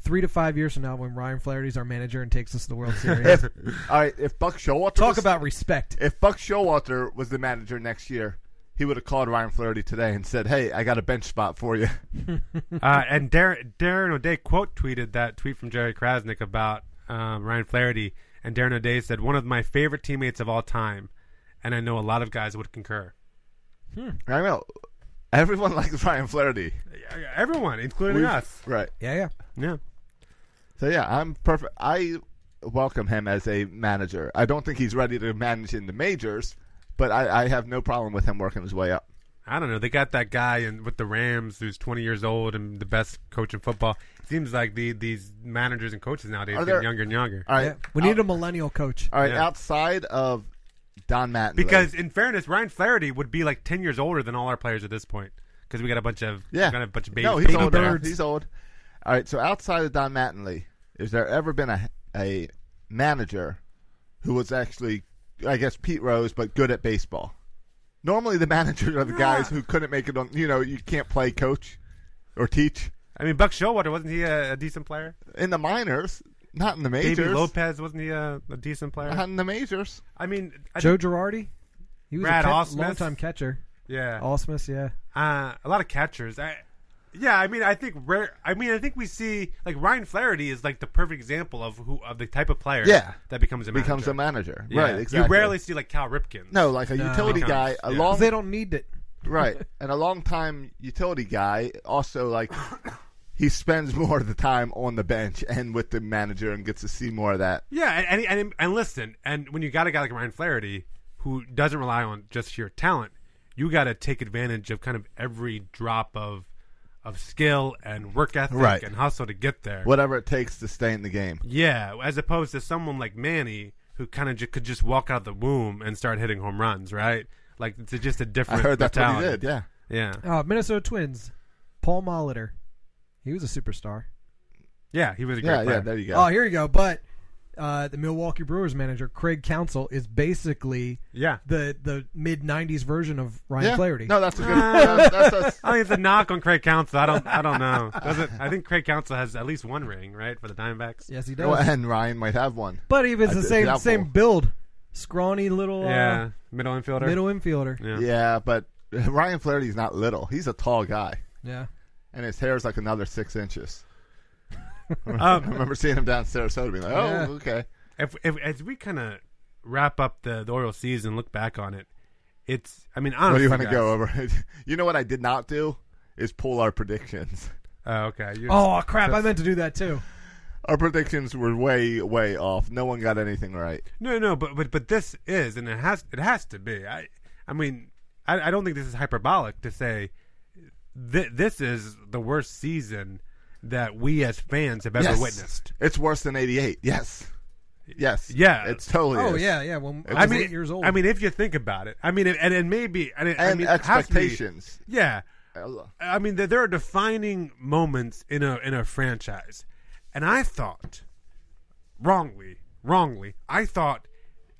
three to five years from now when Ryan Flaherty's our manager and takes us to the World Series? if, all right, if Buck Showalter Talk was- about respect. If Buck Showalter was the manager next year, he would have called Ryan Flaherty today and said, "Hey, I got a bench spot for you." uh, and Darren, Darren O'Day quote tweeted that tweet from Jerry Krasnick about um, Ryan Flaherty, and Darren O'Day said, "One of my favorite teammates of all time," and I know a lot of guys would concur. I know everyone likes Ryan Flaherty, Everyone, including We've- us. right? Yeah, yeah, yeah. So yeah, I'm perfect. I welcome him as a manager. I don't think he's ready to manage in the majors, but I, I have no problem with him working his way up. I don't know. They got that guy in with the Rams who's 20 years old and the best coach in football. Seems like the these managers and coaches nowadays Are get there- younger and younger. All right, Yeah. We need a millennial coach. all right. Yeah. Outside of Don Matt, Because in fairness, Ryan Flaherty would be like 10 years older than all our players at this point. Because we got a bunch of Yeah. we got a bunch of baby, no, he's baby old. now. birds. He's old. All right. So outside of Don Mattingly, is there ever been a a manager who was actually, I guess, Pete Rose, but good at baseball? Normally, the managers are the guys who couldn't make it on. You know, you can't play coach or teach I mean, Buck Showalter wasn't he a, a decent player? in the minors, not in the majors. Baby Lopez wasn't he a, a decent player? Not in the majors. I mean, I Uh-huh. Joe think- Girardi. He was Brad a Ausmus. long time catcher. Yeah. Osmus, yeah. uh, a lot of catchers. I, yeah, I mean, I think rare. I mean, I think we see like Ryan Flaherty is like the perfect example of who of the type of player. Yeah. that becomes a manager. Becomes a manager. Yeah. Right, exactly. You rarely see like Cal Ripken. No, like a No. utility guy, a Yeah. long They don't need it. right, and a long time utility guy. Also, like he spends more of the time on the bench and with the manager, and gets to see more of that. Yeah, and, and and and listen, and when you got a guy like Ryan Flaherty who doesn't rely on just sheer talent, you got to take advantage of kind of every drop of of skill and work ethic Right. and hustle to get there. Whatever it takes to stay in the game. Yeah, as opposed to someone like Manny who kind of j- could just walk out the womb and start hitting home runs, right? Like it's just a I different. heard that's what he mentality. did. Yeah, Yeah. Uh, Minnesota Twins. Paul Molitor. He was a superstar. Yeah, he was a great yeah, player. yeah. There you go. Oh, here you go. But uh, the Milwaukee Brewers manager, Craig Council, is basically Yeah. the, the mid 90s version of Ryan yeah. Flaherty. No, that's a good. that's, that's, that's, I think it's Oh, a knock on Craig Council. I don't. I don't know. Doesn't I think Craig Council has at least one ring, right, for the Diamondbacks? yes, he does. well, and Ryan might have one. But he was I the did same that same one. build, scrawny little Yeah, middle infielder. uh, middle infielder. Yeah. Yeah, but Ryan Flaherty's not little. He's a tall guy, Yeah, and his hair's like another six inches. I Um, remember seeing him down in Sarasota, being like, "Oh, Yeah. okay." if, if as we kind of wrap up the the Orioles season, look back on it, it's. I mean, honestly, What do you want to guys- go over? you know what I did not do is pull our predictions. Oh, okay. you- Oh crap! I meant to do that too. Our predictions were way, way off. No one got anything right. No, no, but but but this is, and it has it has to be. I I mean, I, I don't think this is hyperbolic to say th- this is the worst season that we as fans have ever Yes. witnessed. It's worse than '88. Yes, yes, Yeah. It's totally. Oh is. yeah, yeah. When I I was mean, eight years old. I mean, if you think about it, I mean, and and maybe and, it- I and mean, it has to be- expectations. yeah, Uh, I mean, there, there are defining moments in a in a franchise, and I thought, wrongly, wrongly, I thought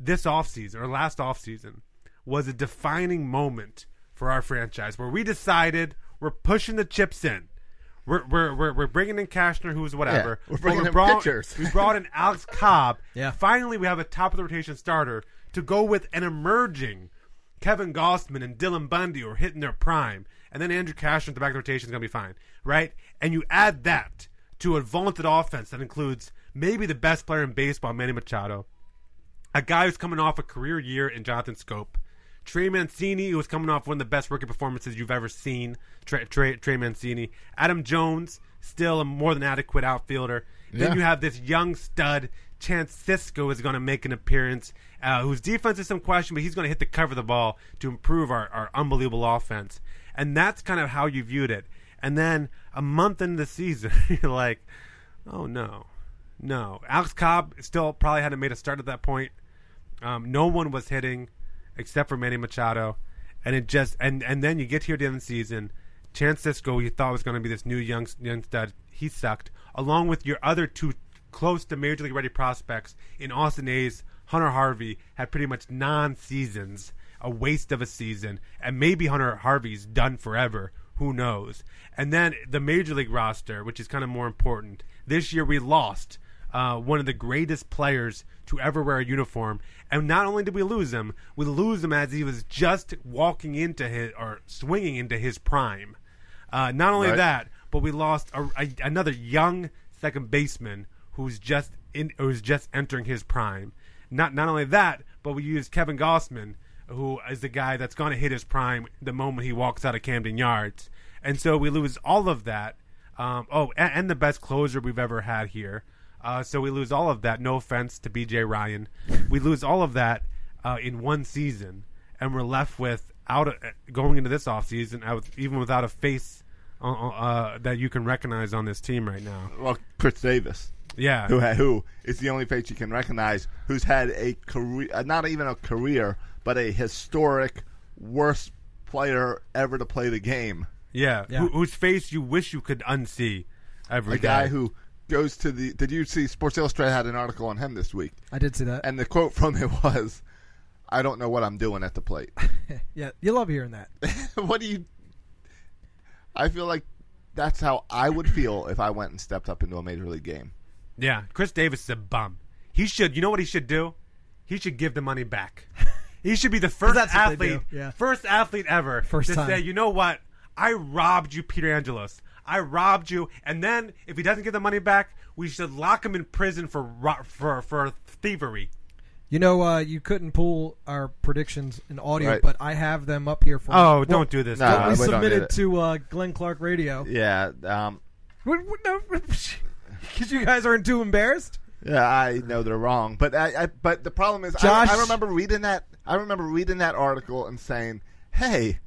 this offseason or last offseason was a defining moment for our franchise where we decided we're pushing the chips in. We're, we're, we're, we're bringing in Cashner, who's whatever. we're but bringing we in brought, pitchers. We brought in Alex Cobb. Yeah. Finally, we have a top of the rotation starter to go with an emerging Kevin Gossman and Dylan Bundy are hitting their prime, and then Andrew Cashner at the back of the rotation is going to be fine, right? And you add that to a vaunted offense that includes maybe the best player in baseball, Manny Machado, a guy who's coming off a career year in Jonathan Scope, Trey Mancini, who was coming off one of the best rookie performances you've ever seen. Trey, Trey, Trey Mancini, Adam Jones, still a more than adequate outfielder. Yeah. Then you have this young stud. Chance Cisco is going to make an appearance, uh, whose defense is some question, but he's going to hit the cover of the ball to improve our, our unbelievable offense. And that's kind of how you viewed it. And then a month into the season, you're like, oh no, no. Alex Cobb still probably hadn't made a start at that point. Um, no one was hitting except for Manny Machado, and it just and and then you get here at the end of the season. Chance Cisco, you thought was going to be this new young young stud, he sucked. Along with your other two close to major league ready prospects in Austin A's, Hunter Harvey had pretty much non seasons, a waste of a season, and maybe Hunter Harvey's done forever. Who knows? And then the major league roster, which is kind of more important. This year we lost uh, one of the greatest players to ever wear a uniform. And not only did we lose him, we lose him as he was just walking into his or swinging into his prime. Uh, not only Right. that, but we lost a, a, another young second baseman who's just in, who's just entering his prime. Not not only that, but we used Kevin Gossman, who is the guy that's going to hit his prime the moment he walks out of Camden Yards. And so we lose all of that. Um, oh, and, and the best closer we've ever had here. Uh, so we lose all of that. No offense to B.J. Ryan, we lose all of that uh, in one season, and we're left with out uh, going into this offseason, I was- even without a face uh, uh, that you can recognize on this team right now. Well, Chris Davis. Yeah. Who ha- who is the only face you can recognize who's had a career, uh, not even a career, but a historic worst player ever to play the game. Yeah, Who, whose face you wish you could unsee every a guy day. who goes to the. Did you see Sports Illustrated had an article on him this week? I did see that. And the quote from it was, "I don't know what I'm doing at the plate." Yeah, you love hearing that. what do you? I feel like that's how I would feel if I went and stepped up into a major league game. Yeah, Chris Davis is a bum. He should. You know what he should do? He should give the money back. He should be the first that's what they athlete, do, yeah. first athlete ever First to time. say, you know what? I robbed you, Peter Angelos. I robbed you. And then if he doesn't get the money back, we should lock him in prison for ro- for for thievery. You know, uh, you couldn't pull our predictions in audio, Right. but I have them up here for. Oh, don't do this. what Nah, we Uh, we don't do submitted that. to uh, Glenn Clark Radio. Yeah, um, Because you guys aren't too embarrassed. yeah, I know they're wrong, but I, I but the problem is, Josh- I, I remember reading that. I remember reading that article and saying, "Hey."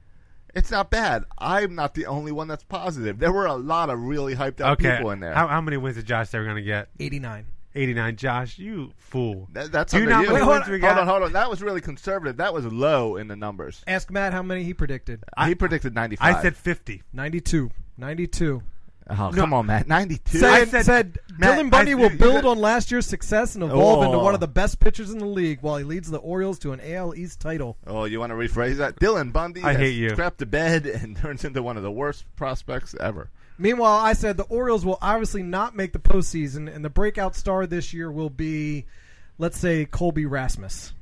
It's not bad. I'm not the only one that's positive. There were a lot of really hyped up okay. people in there. How, how many wins did Josh ever going to get? 89. 89. Josh, you fool. That- that's Do you under know how you. many Wait, hold, wins we hold got? on, hold on. That was really conservative. That was low in the numbers. Ask Matt how many he predicted. he predicted 95. I said 50. 92. 92. Oh, come on, Matt. 92. Said, I said- said Matt, Dylan Bundy I- will you- build on last year's success and evolve into Oh. one of the best pitchers in the league while he leads the Orioles to an AL East title. Oh, you want to rephrase that? Dylan Bundy I has hate you. crapped the bed and turns into one of the worst prospects ever. Meanwhile, I said the Orioles will obviously not make the postseason, and the breakout star this year will be, let's say, Colby Rasmus.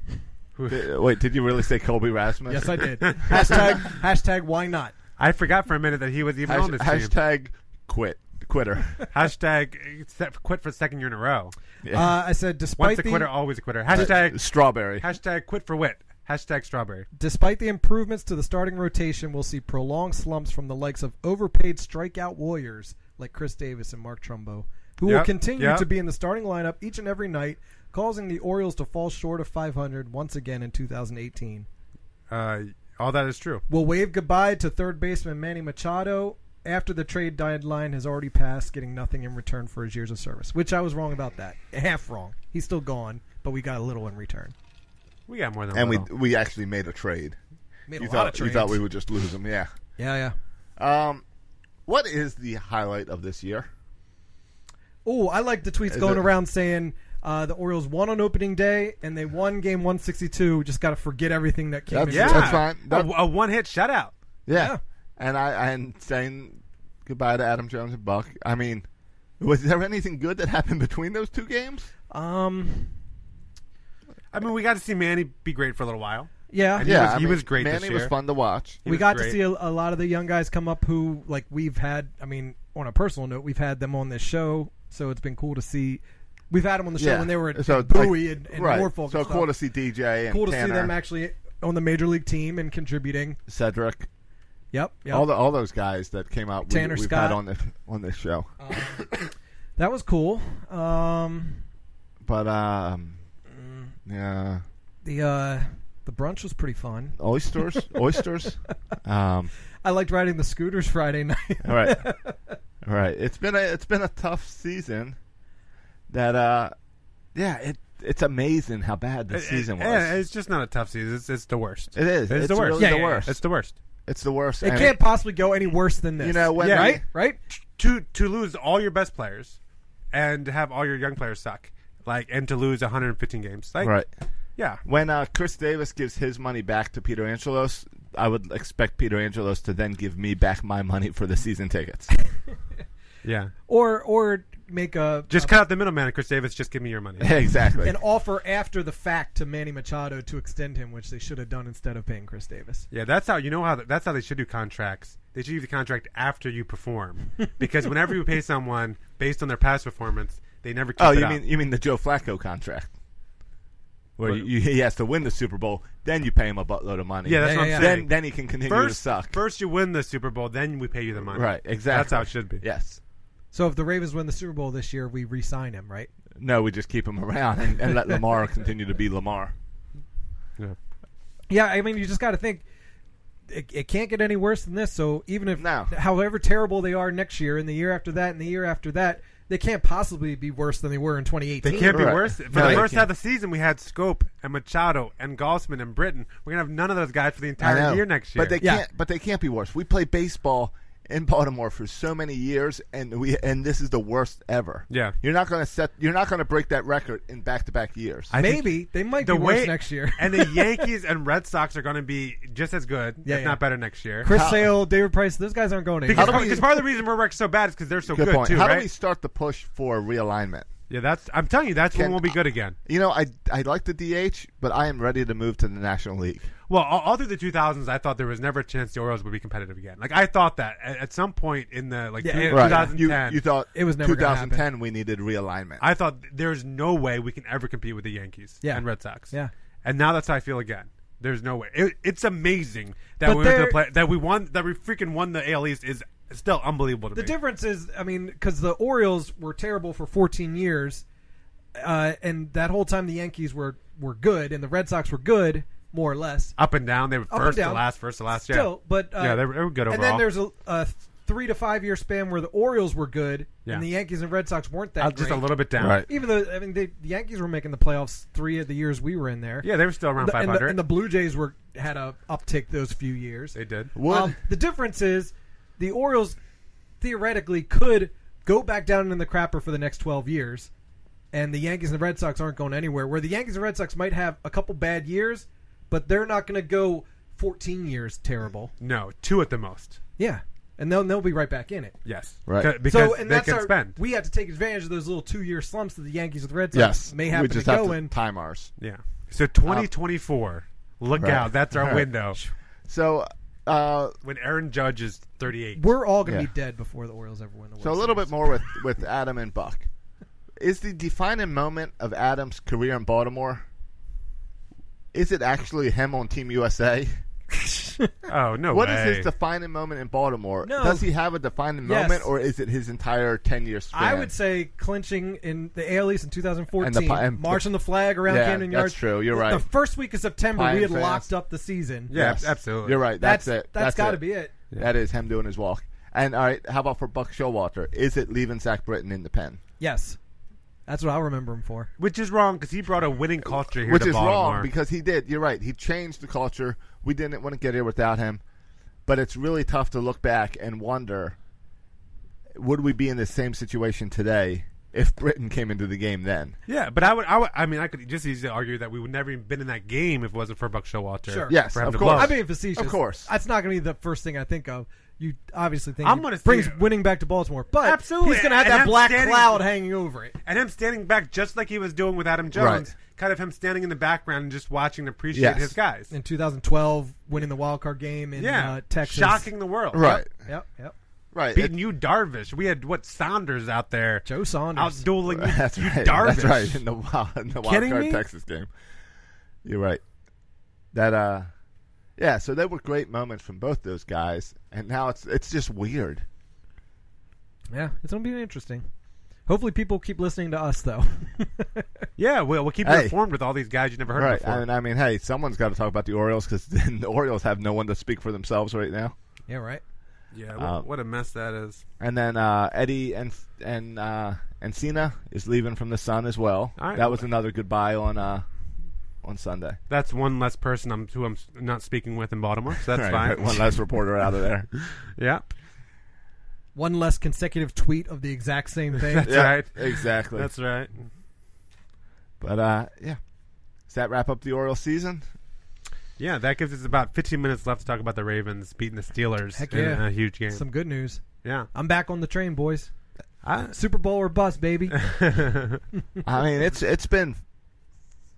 Di- uh, Wait, did you really say Colby Rasmus? Yes, I did. hashtag hashtag Why not? I forgot for a minute that he was even Hash- on this team. hashtag quit. Quitter. Hashtag except quit for second year in a row. Yeah. Uh, I said despite Once a the quitter, always a quitter. Hashtag strawberry. Hashtag quit for wit. Hashtag strawberry. Despite the improvements to the starting rotation, we'll see prolonged slumps from the likes of overpaid strikeout warriors like Chris Davis and Mark Trumbo, who will Yep, continue yep. to be in the starting lineup each and every night, causing the Orioles to fall short of 500 once again in 2018. Uh, all that is true. We'll wave goodbye to third baseman Manny Machado after the trade deadline has already passed, getting nothing in return for his years of service, which I was wrong about that. Half wrong. He's still gone, but we got a little in return. We got more than and we little. we actually made a trade. Made a you lot thought of you thought trades. we would just lose him? Yeah. Yeah, yeah. Um, what is the highlight of this year? Oh, I like the tweets Is going it- around saying uh, the Orioles won on opening day and they won game 162. Just got to forget everything that came That's, in. that's fine. That- a, one hit shutout. Yeah. And I and saying goodbye to Adam Jones and Buck. I mean, was there anything good that happened between those two games? Um, I mean, we got to see Manny be great for a little while. Yeah. And he Yeah, was, I he mean, was great. Manny this was year. fun to watch. He we was got to great. see a, a lot of the young guys come up who, like, we've had. I mean, on a personal note, we've had them on this show, so it's been cool to see. We've had them on the show when they were at so, Bowie like, and, and right. Norfolk. So and cool to stuff. see DJ and cool to see Tanner. them actually on the major league team and contributing. Cedric. Yep, yep. All the all those guys that came out. Tanner we, we've Scott. Um, had on this on this show. That was cool. Um, but um, mm. yeah, the uh, the brunch was pretty fun. oysters, oysters. Um, I liked riding the scooters Friday night. all right, all right. It's been a it's been a tough season. That uh, yeah, it it's amazing how bad the It- it- season was. yeah, Eh, it's just not a tough season. It's, it's the worst. It is. It's, It's the worst. really Yeah, the yeah, yeah. worst. It's the worst. It's the worst. it and can't possibly go any worse than this. You know when yeah, they- right, right. To to lose all your best players and to have all your young players suck, like, and to lose 115 games, like, right. Yeah. When uh, Chris Davis gives his money back to Peter Angelos, I would expect Peter Angelos to then give me back my money for the season tickets. yeah. Or or make a Just cut out the middleman, and Chris Davis. Just give me your money. exactly. an offer after the fact to Manny Machado to extend him, which they should have done instead of paying Chris Davis. Yeah, that's how you know how that's how they should do contracts. They should do the contract after you perform, because whenever you pay someone based on their past performance, they never keep oh, it you up. mean you mean the Joe Flacco contract? Where What- you, you, he has to win the Super Bowl, then you pay him a buttload of money. Yeah, that's what I'm saying. Then, then he can continue first, to suck. First, you win the Super Bowl, then we pay you the money. Right, exactly. That's how it should be. Yes. So if the Ravens win the Super Bowl this year, we re-sign him, right? No, we just keep him around and, and let Lamar continue to be Lamar. Yeah, I mean, you just got to think it, it can't get any worse than this. So even if, No. however terrible they are next year, and the year after that, and the year after that, they can't possibly be worse than they were in 2018. They can't be Right. worse. For No, the they first can't. half of the season, we had Scope and Machado and Gossman and Britain. We're gonna have none of those guys for the I entire know. year next year. But they Yeah. can't. But they can't be worse. We play baseball in Baltimore for so many years, and we and this is the worst ever. Yeah. you're not going to set. You're not going to break that record in back to back years. I think Maybe they might the be way worse next year. and the Yankees and Red Sox are going to be just as good, Yeah, if yeah. not better next year. Chris How- Sale, David Price, those guys aren't going because anywhere. do part, we- because part of the reason we're wrecked so bad is because they're so good, good, point. too, How right? do we start the push for realignment? Yeah, that's. I'm telling you, that's when Can- we'll be good again. You know, I I like the DH, but I am ready to move to the National League. Well, all, all through the 2000s, I thought there was never a chance the Orioles would be competitive again. Like I thought that at, at some point in the like Yeah, two- yeah. Right. 2010, You, you thought It was never gonna 2010 we needed realignment. I thought there's no way we can ever compete with the Yankees Yeah. and Red Sox. Yeah. and now that's how I feel again. There's no way. It, it's amazing that But we went to the there- play, that we won that we freaking won the AL East is still unbelievable to The me. difference is, I mean, because the Orioles were terrible for 14 years, uh, and that whole time the Yankees were were good, and the Red Sox were good, more or less. Up and down, they were Up and first to down. last, first to last. Still, yeah. but uh, yeah, they were, they were good overall. And then there's a, a three to five year span where the Orioles were good, Yeah. and the Yankees and Red Sox weren't that. Uh, just a great. little bit down. Right. Even though I mean, they, the Yankees were making the playoffs three of the years we were in there. Yeah, they were still around The- and, the, 500. and the Blue Jays were had a uptick those few years. they did. Would- Um, the difference is the Orioles theoretically could go back down in the crapper for the next 12 years, and the Yankees and the Red Sox aren't going anywhere. Where the Yankees and Red Sox might have a couple bad years, but they're not going to go 14 years terrible. No, two at the most. Yeah, and they'll they'll be right back in it. Yes, Right. C- Because so and they that's can our, spend. we have to take advantage of those little two year slumps that the Yankees with Red Sox yes, may we happen just to have go to in. time ours. yeah. So 2024, look Right. out. That's our Right. window. So. Uh, When Aaron Judge is 38. We're all going to Yeah. be dead before the Orioles ever win the World So a little Series. bit more with, with Adam and Buck. Is the defining moment of Adam's career in Baltimore? Is it actually him on Team USA? oh no What way. is his defining moment in Baltimore? No. Does he have a defining Yes. moment, or is it his entire ten year span? I would say clinching in the AL East in 2014, And the pi- and- marching the flag around Yeah, Camden that's Yards. true. You're The- right. The first week of September, Pine we had fans. locked up the season. Yeah, absolutely. You're right. That's, it. That's got to it. be it. That is him doing his walk. And all right, how about for Buck Showalter? Is it leaving Zach Britton in the pen? Yes, that's what I'll remember him for. Which is wrong because he brought a winning culture here Which to is Baltimore. wrong because he did. You're right. He changed the culture. We didn't want to get here without him. But it's really tough to look back and wonder would we be in the same situation today if Britain came into the game then? yeah, but I would, I would, I mean, I could just easily argue that we would never even been in that game if it wasn't for Buck Showalter. Sure. Yes, for him of to course. blow. I'm being facetious. Of course. that's not going to be the first thing I think of. You obviously think I'm it gonna see brings it. winning back to Baltimore, but Absolutely, he's going to have and that I'm black standing- cloud hanging over it. and him standing back just like he was doing with Adam Jones, Right. kind of him standing in the background and just watching and appreciate Yes. his guys. In 2012, winning the wild card game in yeah, uh, Texas, shocking the world. Right. Yep, yep. Right. beating you, Darvish. We had what Saunders out there, Joe Saunders. out dueling you, It- that's you right. Darvish. That's right. In the wild, in the wild Kidding card me? Texas game. You're right. that uh yeah, so they were great moments from both those guys, and now it's it's just weird. Yeah, it's gonna be interesting. Hopefully, people keep listening to us though. yeah, we'll, we'll keep you Hey. informed with all these guys you never heard Right, before. and I mean, hey, someone's got to talk about the Orioles because the Orioles have no one to speak for themselves right now. yeah, right. yeah, wh- Uh, what a mess that is. And then uh, Eddie and and uh, Encina is leaving from the Sun as well. All right. That was another goodbye on uh, on Sunday. That's one less person I'm, who I'm s- not speaking with in Baltimore, so Right, that's fine. right, one less reporter out of there. yeah, One less consecutive tweet of the exact same thing. that's Yeah, right. exactly. That's right. But uh, yeah, does that wrap up the Orioles season? Yeah, that gives us about 15 minutes left to talk about the Ravens beating the Steelers Heck in yeah. a huge game. Some good news. yeah. I'm back on the train, boys. I- Super Bowl or bust, baby. I mean, it's it's been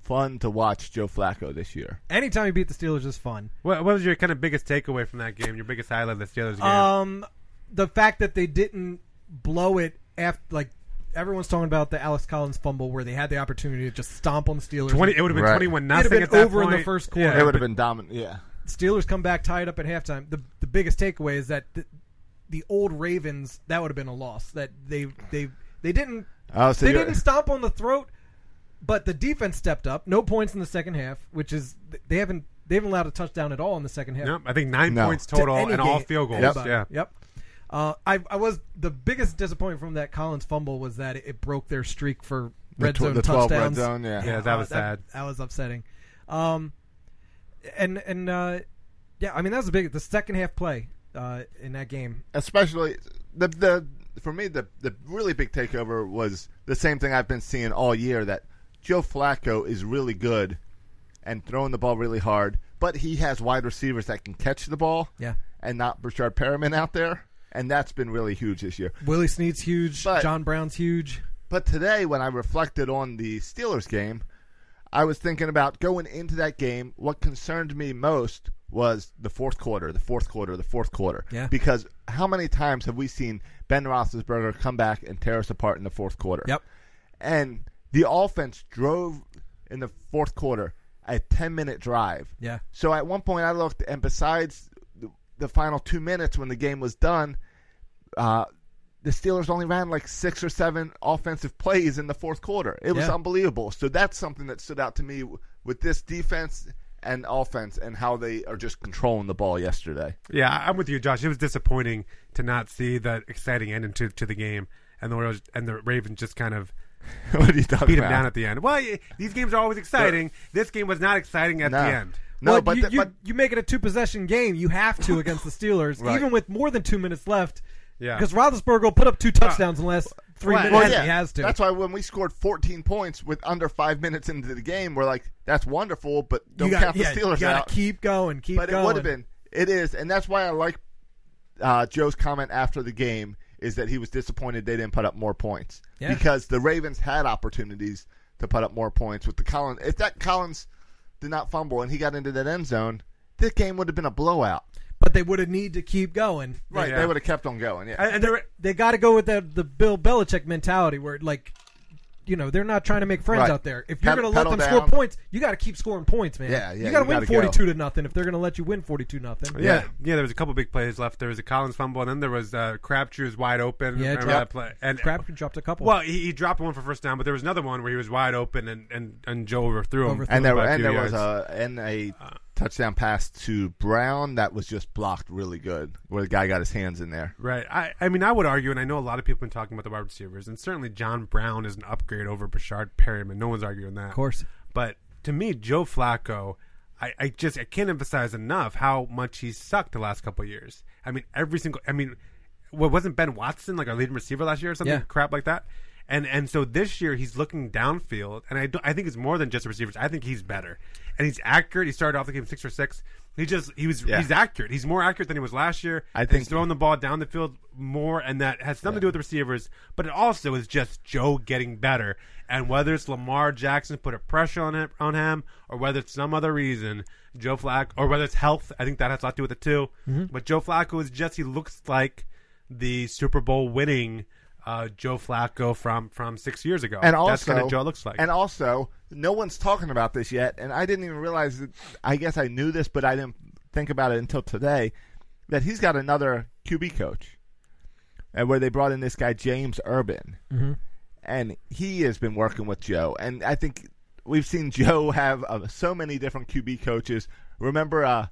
fun to watch Joe Flacco this year. Anytime you beat the Steelers is fun. what, what was your kind of biggest takeaway from that game? Your biggest highlight of the Steelers game? Um, the fact that they didn't blow it after like everyone's talking about the Alex Collins fumble where they had the opportunity to just stomp on the Steelers. 20, it would have been Right. 21 It'd have nothing been at that over in the point. first Yeah, quarter. It would have been dominant. Yeah, Steelers come back tied up at halftime. The the biggest takeaway is that the, the old Ravens that would have been a loss. That they they they didn't Oh, so they you're- didn't stomp on the throat, but the defense stepped up. No points in the second half, which is they haven't they haven't allowed a touchdown at all in the second half. Nope, I think nine No. points To total any and all game, field goals. anybody. Yeah. Yep. Uh, I I was the biggest disappointment from that Collins fumble was that it, it broke their streak for The red tw- zone the 12 red touchdowns. Uh, zone, yeah. Yeah, that was sad. That, was upsetting. Um, and and uh, yeah, I mean that was the big the second half play uh, in that game. especially the the for me the the really big takeover was the same thing I've been seeing all year that Joe Flacco is really good and throwing the ball really hard, but he has wide receivers that can catch the ball. Yeah. And not Richard Perriman out there. And that's been really huge this year. Willie Snead's huge. But- John Brown's huge. But today, when I reflected on the Steelers game, I was thinking about going into that game. What concerned me most was the fourth quarter, the fourth quarter, the fourth quarter. Yeah. Because how many times have we seen Ben Roethlisberger come back and tear us apart in the fourth quarter? Yep. And the offense drove in the fourth quarter a 10 minute drive. Yeah. So at one point I looked, and besides the, the final two minutes when the game was done, uh, the Steelers only ran like six or seven offensive plays in the fourth quarter. It was Yeah. unbelievable. So that's something that stood out to me w- with this defense and offense and how they are just controlling the ball yesterday. Yeah, I- I'm with you, Josh. It was disappointing to not see that exciting ending to, to the game, and the Orioles and the Ravens just kind of what are you talking beat them about? down at the end. Well, y- these games are always exciting. this game was not exciting at no. the end. No, Well, but, you, the- you, but you make it a two possession game. You have to against the Steelers, Right. even with more than two minutes left. Yeah. Uh, because Roethlisberger will put up two touchdowns in the last three Well, minutes. Well, if yeah, he has to. That's why when we scored 14 points with under five minutes into the game, we're like, "That's wonderful," but don't you gotta, count the yeah, Steelers you gotta out. Keep going, keep but going. it would have been. It is, and that's why I like uh, Joe's comment after the game is that he was disappointed they didn't put up more points Yeah. because the Ravens had opportunities to put up more points with the Collins. If that Collins did not fumble and he got into that end zone, this game would have been a blowout. but they would have need to keep going. Right? Yeah. They would have kept on going. Yeah. And, and there, were- They got to go with the the Bill Belichick mentality, where like, you know, they're not trying to make friends Right. out there. If you're Ped- going to let pedal them score down. points, you got to keep scoring points, man. Yeah, yeah, you got to you win gotta go. forty two to nothing if they're going to let you win forty two nothing. yeah, yeah, There was a couple big plays left. There was a Collins fumble, and then there was uh, Crabtree was wide open. Yeah, Remember dropped- that play? And Crabtree dropped a couple. Well, he, he dropped one for first down, but there was another one where he was wide open, and and, and Joe overthrew him. Overthrew and there, by a and few there was yards. a and a Uh. touchdown pass to Brown that was just blocked really good, where the guy got his hands in there. Right. I, I mean, I would argue, and I know a lot of people have been talking about the wide receivers, and certainly John Brown is an upgrade over Bashard Perryman. No one's arguing that. Of course. But to me, Joe Flacco, I, I just I can't emphasize enough how much he sucked the last couple of years. I mean, every single. I mean, what wasn't Ben Watson like our leading receiver last year or something Yeah. crap like that? And and so this year he's looking downfield, and I do, I think it's more than just receivers. I think he's better, and he's accurate. He started off the game six for six. He just he was Yeah. he's accurate. He's more accurate than he was last year. I And think- he's throwing the ball down the field more, and that has something to do with the receivers, but it also is just Joe getting better. And whether it's Lamar Jackson put a pressure on it, on him, or whether it's some other reason, Joe Flacco, or whether it's health, I think that has a lot Mm-hmm. to do with it too. But Joe Flacco is just he looks like the Super Bowl winning uh, Joe Flacco from from six years ago. And also, that's kind of Joe looks like. And also, no one's talking about this yet, and I didn't even realize that. I guess I knew this, but I didn't think about it until today. That he's got another QB coach, and where they brought in this guy James Urban, Mhm. and he has been working with Joe. And I think we've seen Joe have uh, so many different QB coaches. Remember, uh,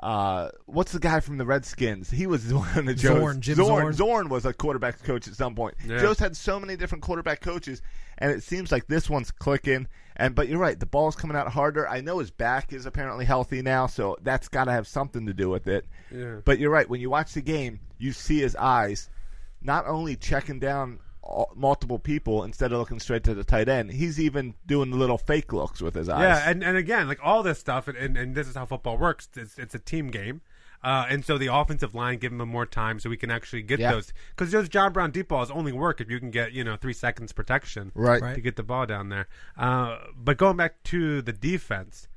uh, what's the guy from the Redskins? He was one of Joe's. Zorn, Jim Zorn. Zorn, Zorn was a quarterback coach at some point. Yeah. Joe's had so many different quarterback coaches, and it seems like this one's clicking. And but you're right, the ball's coming out harder. I know his back is apparently healthy now, so that's got to have something to do with it. Yeah. But you're right. When you watch the game, you see his eyes not only checking down all, multiple people instead of looking straight to the tight end. He's even doing the little fake looks with his eyes. Yeah, and, and again, like all this stuff, and, and, and this is how football works. It's, it's a team game. Uh, and so the offensive line, give them more time so we can actually get Yeah. those. Because those John Brown deep balls only work if you can get, you know, three seconds protection Right. Right. to get the ball down there. Uh, but going back to the defense,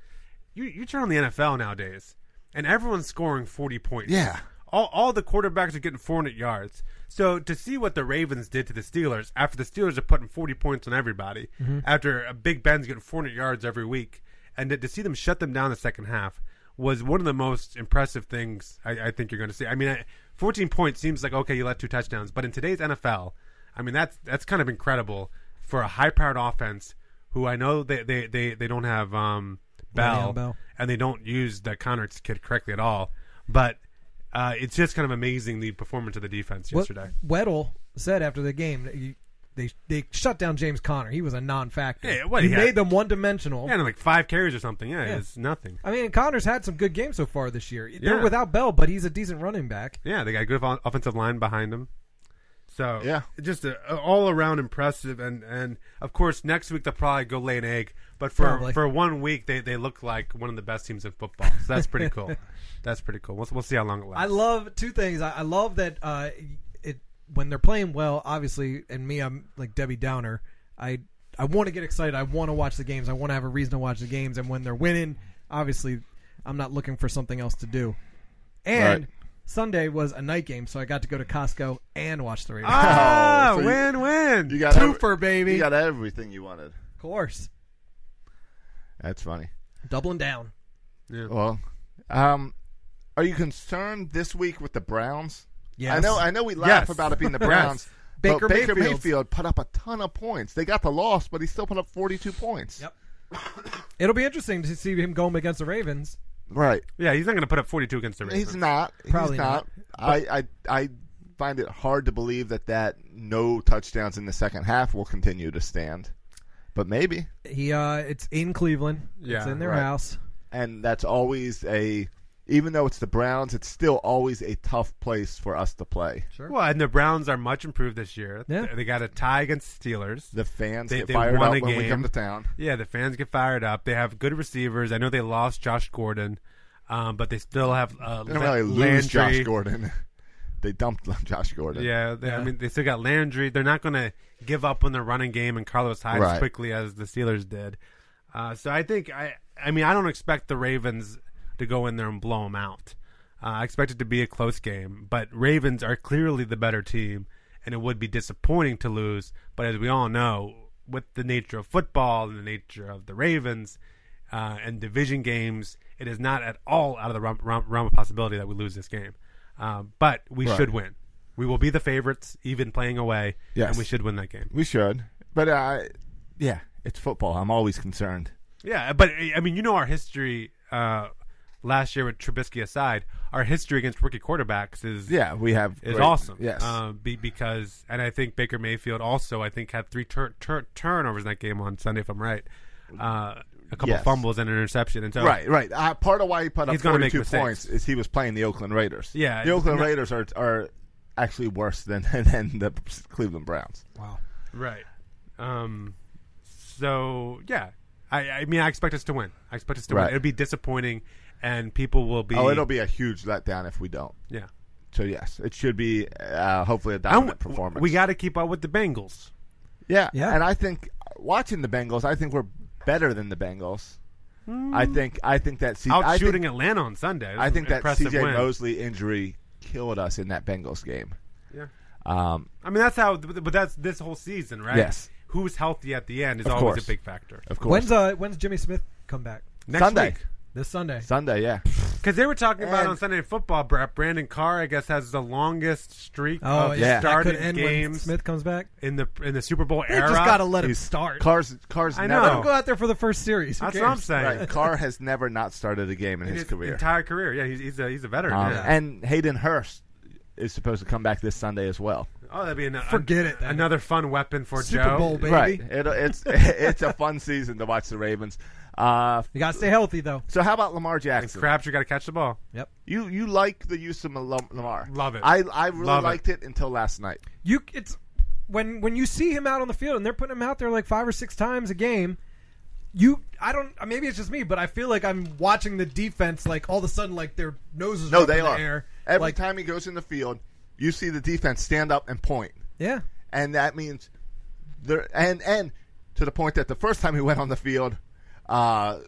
you, you turn on the NFL nowadays, and everyone's scoring 40 points. Yeah. All, all the quarterbacks are getting 400 yards. So to see what the Ravens did to the Steelers after the Steelers are putting 40 points on everybody, Mhm. after uh, Big Ben's getting 400 yards every week, and to, to see them shut them down the second half was one of the most impressive things I, I think you're going to see. I mean, I, 14 points seems like okay, you let two touchdowns, but in today's NFL, I mean that's that's kind of incredible for a high-powered offense who I know they they they, they don't have um, Bell, Le'Veon Bell. and they don't use the Connerts kid correctly at all, but. Uh, it's just kind of amazing the performance of the defense What- yesterday. Weddle said after the game that you, they they shut down James Conner. He was a non-factor. Yeah, what he he had- made them one-dimensional. Yeah, and like five carries or something. Yeah, Yeah. it's nothing. I mean, Connor's had some good games so far this year. They're Yeah. without Bell, but he's a decent running back. Yeah, they got a good o- offensive line behind them. So Yeah. just a, a all around impressive, and and of course next week they'll probably go lay an egg. But for Probably. for one week they, they look like one of the best teams in football. So that's pretty cool. that's pretty cool. We'll, we'll see how long it lasts. I love two things. I, I love that uh, it when they're playing well, obviously, and me, I'm like Debbie Downer. I I want to get excited. I want to watch the games. I want to have a reason to watch the games. And when they're winning, obviously, I'm not looking for something else to do. And Right. Sunday was a night game, so I got to go to Costco and watch the Raiders. ah, Oh, so you- win win. you got Twofer, baby. You got everything you wanted. Of course, That's funny. doubling down. Well, um, are you concerned this week with the Browns? Yes. I know. I know we laugh Yes. about it being the Yes. Browns. but Baker Baker Mayfield's- Mayfield put up a ton of points. They got the loss, but he still put up 42 points. Yep. It'll be interesting to see him going against the Ravens. Right. yeah, he's not going to put up forty two against the Ravens. He's not. Probably He's not. I, I I find it hard to believe that that no touchdowns in the second half will continue to stand, but maybe. He uh, it's in Cleveland. it's Yeah, in their right. house. and that's always a even though it's the Browns, it's still always a tough place for us to play. Well, and the Browns are much improved this year. Yeah. They, they got a tie against the Steelers. The fans They- get they fired won up a when we game. come to town. Yeah, the fans get fired up. They have good receivers. I know they lost Josh Gordon, um, but they still have uh, They don't La- really lose Landry. Josh Gordon. They dumped Josh Gordon. Yeah, they, I Yeah. mean they still got Landry. They're not going to give up on their running game and Carlos Hyde as Right. quickly as the Steelers did. Uh, so I think I I mean I don't expect the Ravens to go in there and blow them out. Uh, I expect it to be a close game, but Ravens are clearly the better team, and it would be disappointing to lose. But as we all know, with the nature of football and the nature of the Ravens uh, and division games, it is not at all out of the realm, realm, realm of possibility that we lose this game. Uh, but we Right. should win. We will be the favorites, even playing away, Yes. and we should win that game. we should. But uh, yeah, it's football. I'm always concerned. Yeah, but I mean, you know our history uh, last year with Trubisky aside, our history against rookie quarterbacks is Yeah, we have is great- awesome. Yes, uh, be, because and I think Baker Mayfield also I think had three tur- tur- turnovers in that game on Sunday, if I'm right. Uh, a couple Yes. fumbles and an interception, and so right, right. Uh, part of why he put up He's gonna make 42 mistakes. points is he was playing the Oakland Raiders. Yeah, the Oakland no- Raiders are are actually worse than than the Cleveland Browns. Wow. right. Um, so yeah, I, I mean I expect us to win. I expect us to Right. win. It'd be disappointing, and people will be Oh, it'll be a huge letdown if we don't. yeah. So yes, it should be uh, hopefully a I'm- dominant performance. We got to keep up with the Bengals. yeah, Yeah. And I think watching the Bengals, I think we're better than the Bengals. I think I think that C- Hmm. Out I shooting think, Atlanta on Sunday. I think that Impressive CJ win. Mosley injury killed us in that Bengals game. Yeah. Um, I mean, that's how. But that's this whole season, right? Yes. Who's healthy at the end is Of always course. a big factor. Of When's uh, when's Jimmy Smith come back? Next Sunday. week. This Sunday. Sunday, yeah. Because they were talking about And- on Sunday Night Football, Bra- Brandon Carr, I guess, has the longest streak Oh, of yeah. That could started end when games Smith comes back. in the in the Super Bowl They era. just gotta let him He's- start. Carr's- Carr's I never- know. Don't go out there for the first series. Who That's career. what I'm saying. Right. Carr has never not started a game in, his, career. entire career. Yeah, he's, he's a he's a veteran. Um, yeah. And Hayden Hurst is supposed to come back this Sunday as well. oh, that'd be an, Forget it, then. Another fun weapon for Super Joe. Bowl, baby. Right. It, it's it's a fun season to watch the Ravens. Uh, You gotta stay healthy though. so how about Lamar Jackson? Crabtree got to catch the ball. Yep. You you like the use of Mal- Lamar? Love it. I I really Love it. liked it. until last night. You it's when when you see him out on the field and they're putting him out there like five or six times a game. You, I don't. uh, Maybe it's just me, but I feel like I'm watching the defense. Like all of a sudden, like their noses. No, up they in the are. Air. Every like, time he goes in the field, you see the defense stand up and point, yeah, and that means there. And and to the point that the first time he went on the field, uh,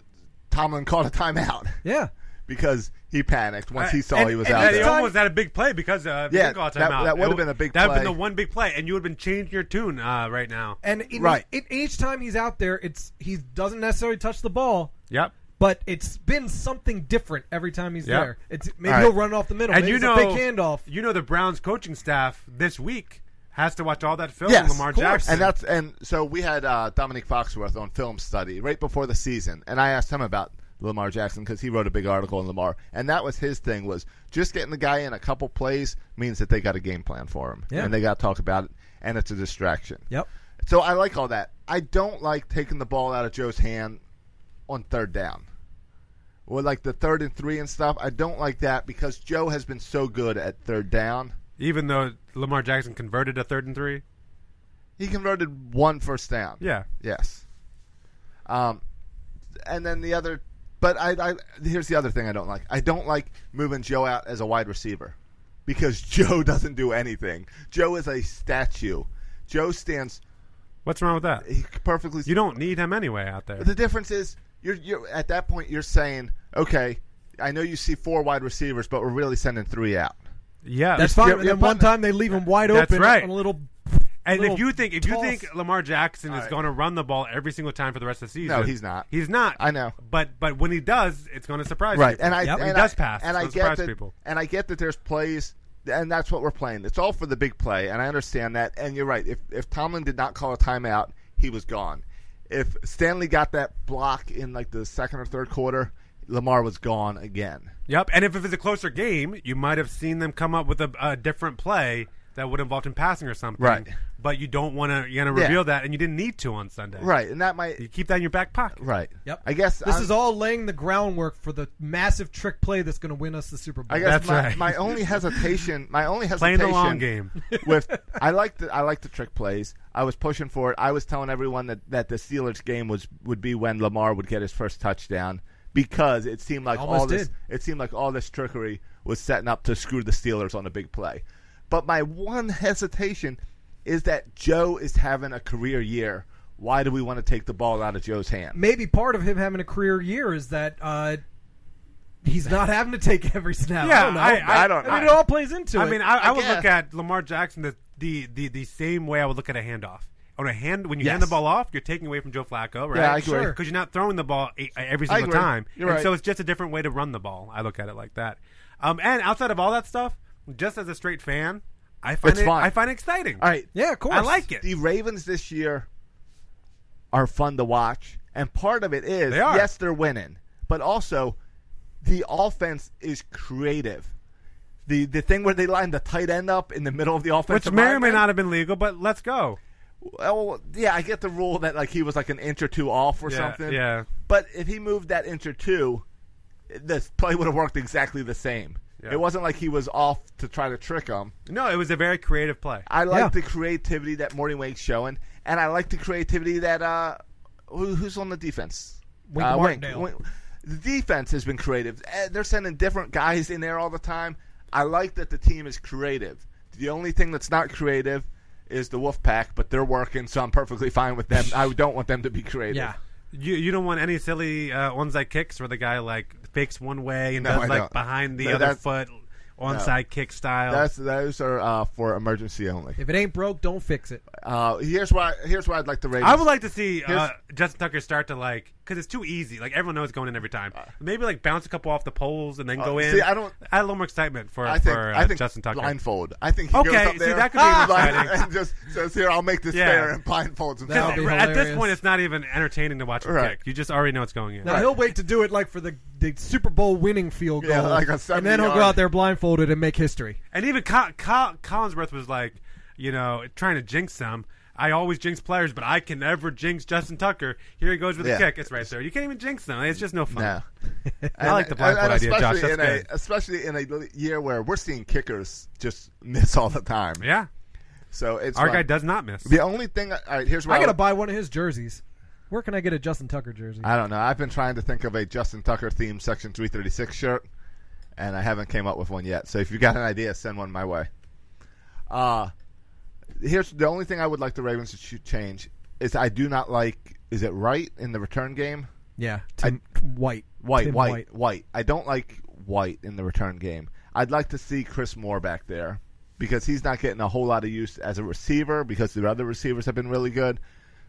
Tomlin called a timeout yeah. because he panicked once he saw Uh, And- he was and out yeah, there. He almost had a big play because uh, Yeah, Big call that- timeout. that would've It w- been a big That'd been play. the one big play, and you would have been changing your tune uh, right now. And in, Right. in- each time he's out there, it's he doesn't necessarily touch the ball, Yep. but it's been something different every time he's Yep. there. It's maybe All right. he'll run off the middle, and maybe you it's know, a big handoff. You know, the Browns coaching staff this week has to watch all that film. Yes, on Lamar of course. Jackson. And that's and so we had uh, Dominic Foxworth on film study right before the season, and I asked him about Lamar Jackson because he wrote a big article on Lamar, and that was his thing was just getting the guy in a couple plays means that they got a game plan for him, Yeah. and they got to talk about it, and it's a distraction. Yep. So I like all that. I don't like taking the ball out of Joe's hand on third down. Or like the third and three and stuff. I don't like that because Joe has been so good at third down. even though Lamar Jackson converted a third and three. He converted one first down. Yeah. Yes. Um, and then the other, but I, I here's the other thing I don't like. I don't like moving Joe out as a wide receiver because Joe doesn't do anything. Joe is a statue. Joe stands What's wrong with that? he perfectly. You don't need him anyway out there. The difference is you're you're at that point you're saying okay. I know you see four wide receivers, but we're really sending three out. Yeah, That's fine. yeah, and then yeah, one but- time they leave him wide That's open right. on a little. And little if you think if you toss. think Lamar Jackson is right. going to run the ball every single time for the rest of the season, No, he's not. He's not. I know. But but when he does, it's going to surprise right people. and i Yep. and He does I- pass. and It's i gonna get surprise that people. and i get that there's plays and that's what we're playing it's all for the big play and i understand that and you're right if if tomlin did not call a timeout he was gone if stanley got that block in like the second or third quarter lamar was gone again Yep. And if it was a closer game, you might have seen them come up with a, a different play that would involve him passing or something. Right. But you don't want to. You're going to Yeah. reveal that, and you didn't need to on Sunday. right and that might You keep that in your back pocket. right Yep. i guess This I'm- is all laying the groundwork for the massive trick play that's going to win us the Super Bowl. I guess That's my, right. my only hesitation, my only Playing hesitation, the long game. with I like the I like the trick plays. I was pushing for it. I was telling everyone that, that the Steelers game was would be when Lamar would get his first touchdown because it seemed like Almost all this did. it seemed like all this trickery was setting up to screw the Steelers on a big play. But my one hesitation is that Joe is having a career year. Why do we want to take the ball out of Joe's hand? maybe part of him having a career year is that uh, he's not having to take every snap. Yeah, I don't know. I- I- I don't- mean, it all plays into it. I mean, I, I, I would guess. look at Lamar Jackson the, the, the, the same way I would look at a handoff. On a hand, when you hand the Yes. ball off, you're taking away from Joe Flacco, right? Yeah, I agree. Sure. Because you're not throwing the ball e- every I single agree. time, You're and right. so it's just a different way to run the ball. I look at it like that. Um, and outside of all that stuff, just as a straight fan, I find It's it, fun. I find it exciting. All right, yeah, of course. I like it. the Ravens this year are fun to watch, and part of it is They are. yes, they're winning, but also the offense is creative. The the thing where they line the tight end up in the middle of the offense, Which may or may not have been legal, but let's go. Well, yeah, I get the rule that like he was like an inch or two off or Yeah, something. yeah. But if he moved that inch or two, this play would have worked exactly the same. Yeah. It wasn't like he was off to try to trick him. No, it was a very creative play. I like Yeah. the creativity that Morty Wake's showing, and I like the creativity that uh, who, who's on the defense? Wink Uh, Martindale. The defense has been creative. Eh, They're sending different guys in there all the time. I like that the team is creative. The only thing that's not creative is the Wolf Pack, but they're working, so I'm perfectly fine with them. I don't want them to be creative. Yeah. You you don't want any silly uh, ones like kicks where the guy like fakes one way and No, does I like don't. behind the No, other that's- foot onside kick style. That's those are uh, for emergency only. If it ain't broke, don't fix it. Uh, here's why. Here's why I'd like the Ravens. I would like to see Here's- uh, Justin Tucker start to like because it's too easy. Like everyone knows it's going in every time. Maybe like bounce a couple off the poles and then Uh, go in. see, I don't- Add a little more excitement for I think. for uh, I think Justin Tucker. blindfold. I think he okay, goes up see there that could be blind- exciting. and just says, "Here, I'll make this Yeah. fair," and blindfolds himself. Because at this point, it's not even entertaining to watch him Right. kick. You just already know it's going in. Now he'll wait to do it like for the, the Super Bowl winning field goal, Yeah, like a and then he'll 70-yard. go out there blindfolded and make history. And even Col- Col- Collinsworth was like, you know, trying to jinx some. I always jinx players, but I can never jinx Justin Tucker. Here he goes with Yeah. a kick. It's right there. You can't even jinx them. It's just no fun. No. I like the blindfold and idea, Josh. especially That's in a- good. especially in a year where we're seeing kickers just miss all the time. Yeah. So it's Our like- guy does not miss. The only thing. All right, here's I what gotta would- buy one of his jerseys. Where can I get a Justin Tucker jersey? I don't know. I've been trying to think of a Justin Tucker themed Section 336 shirt, and I haven't came up with one yet. So if you got an idea, send one my way. Uh here's the only thing I would like the Ravens to ch- change is I do not like. Is it right in the return game? Yeah, I- Tim White, White, Tim white, white, I don't like white in the return game. I'd like to see Chris Moore back there because he's not getting a whole lot of use as a receiver because the other receivers have been really good.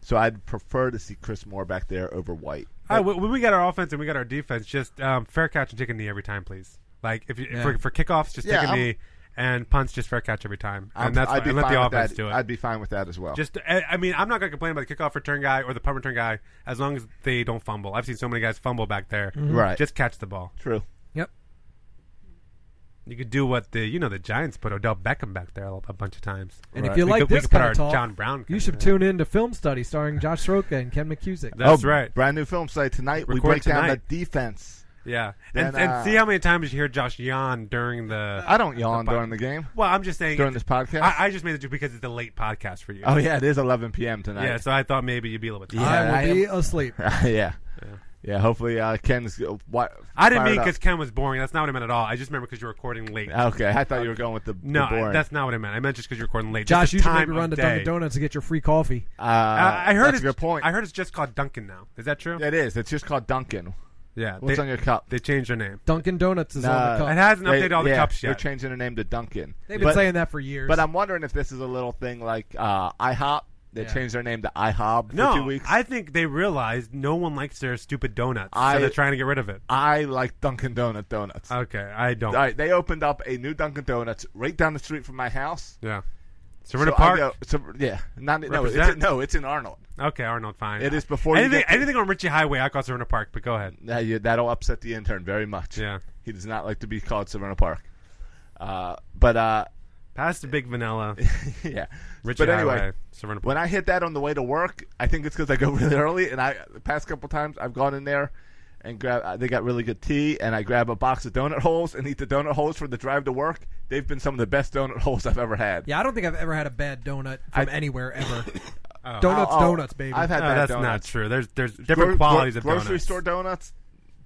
So I'd prefer to see Chris Moore back there over White. All right, when when we got our offense and we got our defense, just um, fair catch and take a knee every time, please. Like if you, Yeah. for, for kickoffs, just Yeah, take a I'm- knee, and punts just fair catch every time, and I'm- that's I'd fine. be and let fine the with offense that. do it. I'd be fine with that as well. Just, eh, I I mean, I'm not gonna complain about the kickoff return guy or the punt return guy as long as they don't fumble. I've seen so many guys fumble back there. Mhm. Right. just catch the ball. True. Yep. You could do what the you know the Giants put Odell Beckham back there a, a bunch of times. And if you we like could, we this could put kind our of talk, John Brown. you should tune in to Film Study starring Josh Soroka and Ken McCusick. That's right. Oh, Brand new film site tonight. we Record break down tonight. the defense. Yeah, Then, and, and uh, see how many times you hear Josh yawn during the. I don't yawn pod- during the game. Well, I'm just saying During this podcast? I, I just made it joke because it's a late podcast for you. Oh yeah, it is 11 p.m. tonight. Yeah, so I thought maybe you'd be a little bit. Yeah, tired. I am- asleep. yeah. Yeah, hopefully uh, Ken's. Uh, wi- I didn't fired mean up. because Ken was boring. That's not what I meant at all. I just remember because you were recording late. Okay, I thought you were going with the- the no. I- boring. that's not what I meant. I meant just because you're recording late. Josh, Just the you should time maybe run of to day. Dunkin' Donuts to get your free coffee. Uh, I heard that's it's a good point. I heard it's just called Duncan now. Is that true? It is. It's just called Duncan. Yeah. What's they- on your cup? They changed their name. Dunkin' Donuts is on the Nah, cup. It hasn't Uh, they- updated all the yeah, cups They're yet. changing their name to Duncan. They've been saying that for years. But I'm wondering if this is a little thing like uh, IHOP. They changed their name to IHOB for two No, weeks. I think they realized no one likes their stupid donuts, I- so they're trying to get rid of it. I like Dunkin' Donut donuts. Okay, I don't. All right, they opened up a new Dunkin' Donuts right down the street from my house. Yeah. Serena So I Park. go- so- yeah, not, no, it's Represent. in, no, it's in Arnold. Okay, Arnold, fine. It is before you anything. get to- anything on Ritchie Highway, I call Serena Park. But go ahead. Now you, that'll upset the intern very much. Yeah. he does not like to be called Serena Park. Uh, but uh, Pass the big vanilla. yeah, Ritchie but anyway, Highway, Serena Park. when I hit that on the way to work, I think it's because I go really early. And I the past couple times I've gone in there and grab. uh, They got really good tea, and I grab a box of donut holes and eat the donut holes for the drive to work. They've been some of the best donut holes I've ever had. Yeah, I don't think I've ever had a bad donut from I- anywhere ever. Donuts, Oh, oh, donuts, baby. I've had No, bad that's not donuts. true. There's there's Gro- different qualities gro- of grocery donuts. store donuts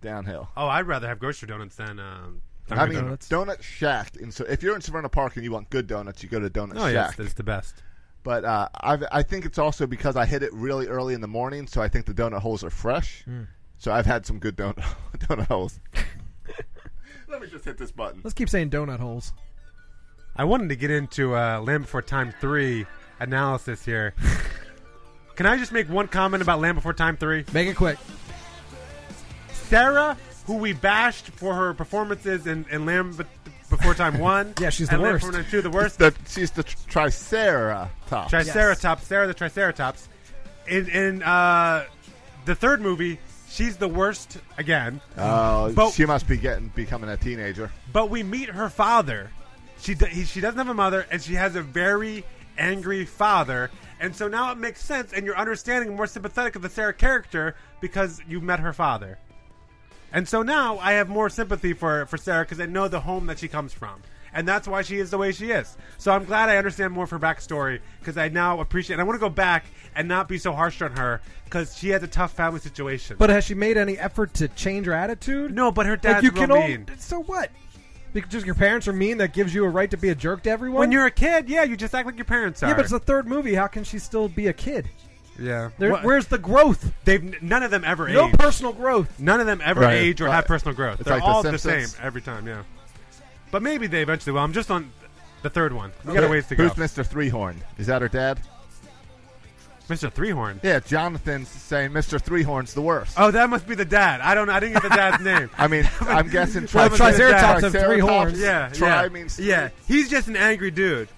downhill. Oh, I'd rather have grocery donuts than um. I Dunkin' mean, Donuts. donut shack. And so, if you're in Savannah Park and you want good donuts, you go to Donut oh yes, Shack. it's the best. but uh, I've, I think it's also because I hit it really early in the morning, so I think the donut holes are fresh. Hmm. So I've had some good donut donut holes. Let me just hit this button. Let's keep saying donut holes. I wanted to get into uh, Land Before Time three analysis here. Can I just make one comment about Land Before Time three? Make it quick. Sarah, who we bashed for her performances in, in Land Be- Before Time one. Yeah, she's and the Land worst. Before Time two, the worst. The, she's the tr- Triceratops. Triceratops, Sarah the Triceratops. In in uh, the third movie, she's the worst again. Oh, But- she must be getting becoming a teenager. But we meet her father. She do- he, she doesn't have a mother, and she has a very angry father. And so now it makes sense, and you're understanding and more sympathetic of the Sarah character because you met her father. And so now I have more sympathy for for Sarah because I know the home that she comes from. And that's why she is the way she is. So I'm glad I understand more of her backstory because I now appreciate. And I want to go back and not be so harsh on her because she has a tough family situation. But has she made any effort to change her attitude? No, but her like dad's you can real al- mean. So what? Because just your parents are mean, that gives you a right to be a jerk to everyone. when you're a kid, yeah, you just act like your parents are. yeah, but it's the third movie. How can she still be a kid? Yeah. There, What- where's the growth? They've none of them ever No age. personal growth. None of them ever Right. age or Right. have personal growth. It's They're like The all the, Simpsons. same every time. Yeah. But maybe they eventually will. I'm just on the third one. We got a Who- ways to go. Who's Mr. Three Horn? Is that her dad? Mr. Three Horn? Yeah, Jonathan's saying Mr. Three Horn's the worst. Oh, that must be the dad. I don't. I didn't get the dad's name. I mean, I'm guessing That must be the dad. Triceratops have three horns. Yeah, Tri yeah, means yeah. He's just an angry dude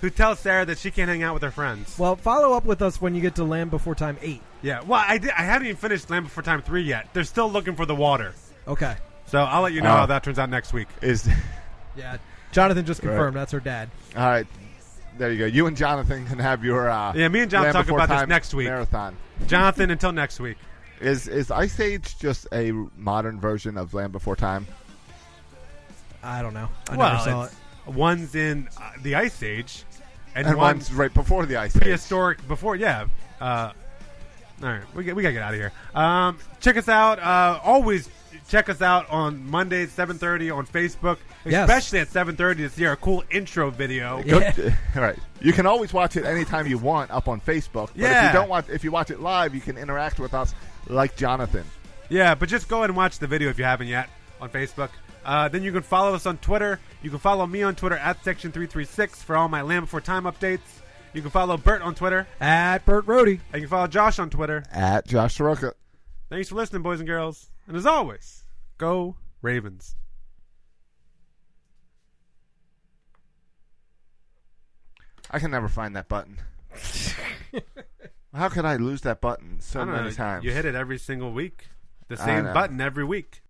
who tells Sarah that she can't hang out with her friends. Well, follow up with us when you get to Land Before Time 8. Yeah. Well, I did, I haven't even finished Land Before Time three yet. They're still looking for the water. Okay. So I'll let you know Oh. how that turns out next week. Is Yeah. Jonathan just Right. confirmed that's her dad. all right. There you go. You and Jonathan can have your uh, Yeah, me and John Land talk Before about this Time next week. marathon. Jonathan, until next week. Is is Ice Age just a modern version of Land Before Time? I don't know. I well, never saw it. it's- one's in uh, the Ice Age, and, And one's, one's right before the Ice Age. prehistoric before. Yeah. Uh, all right, we, get, we gotta get out of here. Um, check us out. Uh, always check us out on Mondays seven thirty on Facebook, Yes. especially at seven thirty to see our cool intro video. Go, all right. You can always watch it anytime you want up on Facebook. But if Yeah. you don't watch, if you watch it live, you can interact with us like Jonathan. Yeah, but just go ahead and watch the video if you haven't yet on Facebook. Uh, then you can follow us on Twitter. You can follow me on Twitter at Section336 for all my Land Before Time updates. You can follow Bert on Twitter. At Bert Rohde. And you can follow Josh on Twitter. At Josh Soroka. Thanks for listening, boys and girls. And as always, go Ravens. I can never find that button. How could I lose that button so I don't many know, times? You hit it every single week. The I same know. button every week.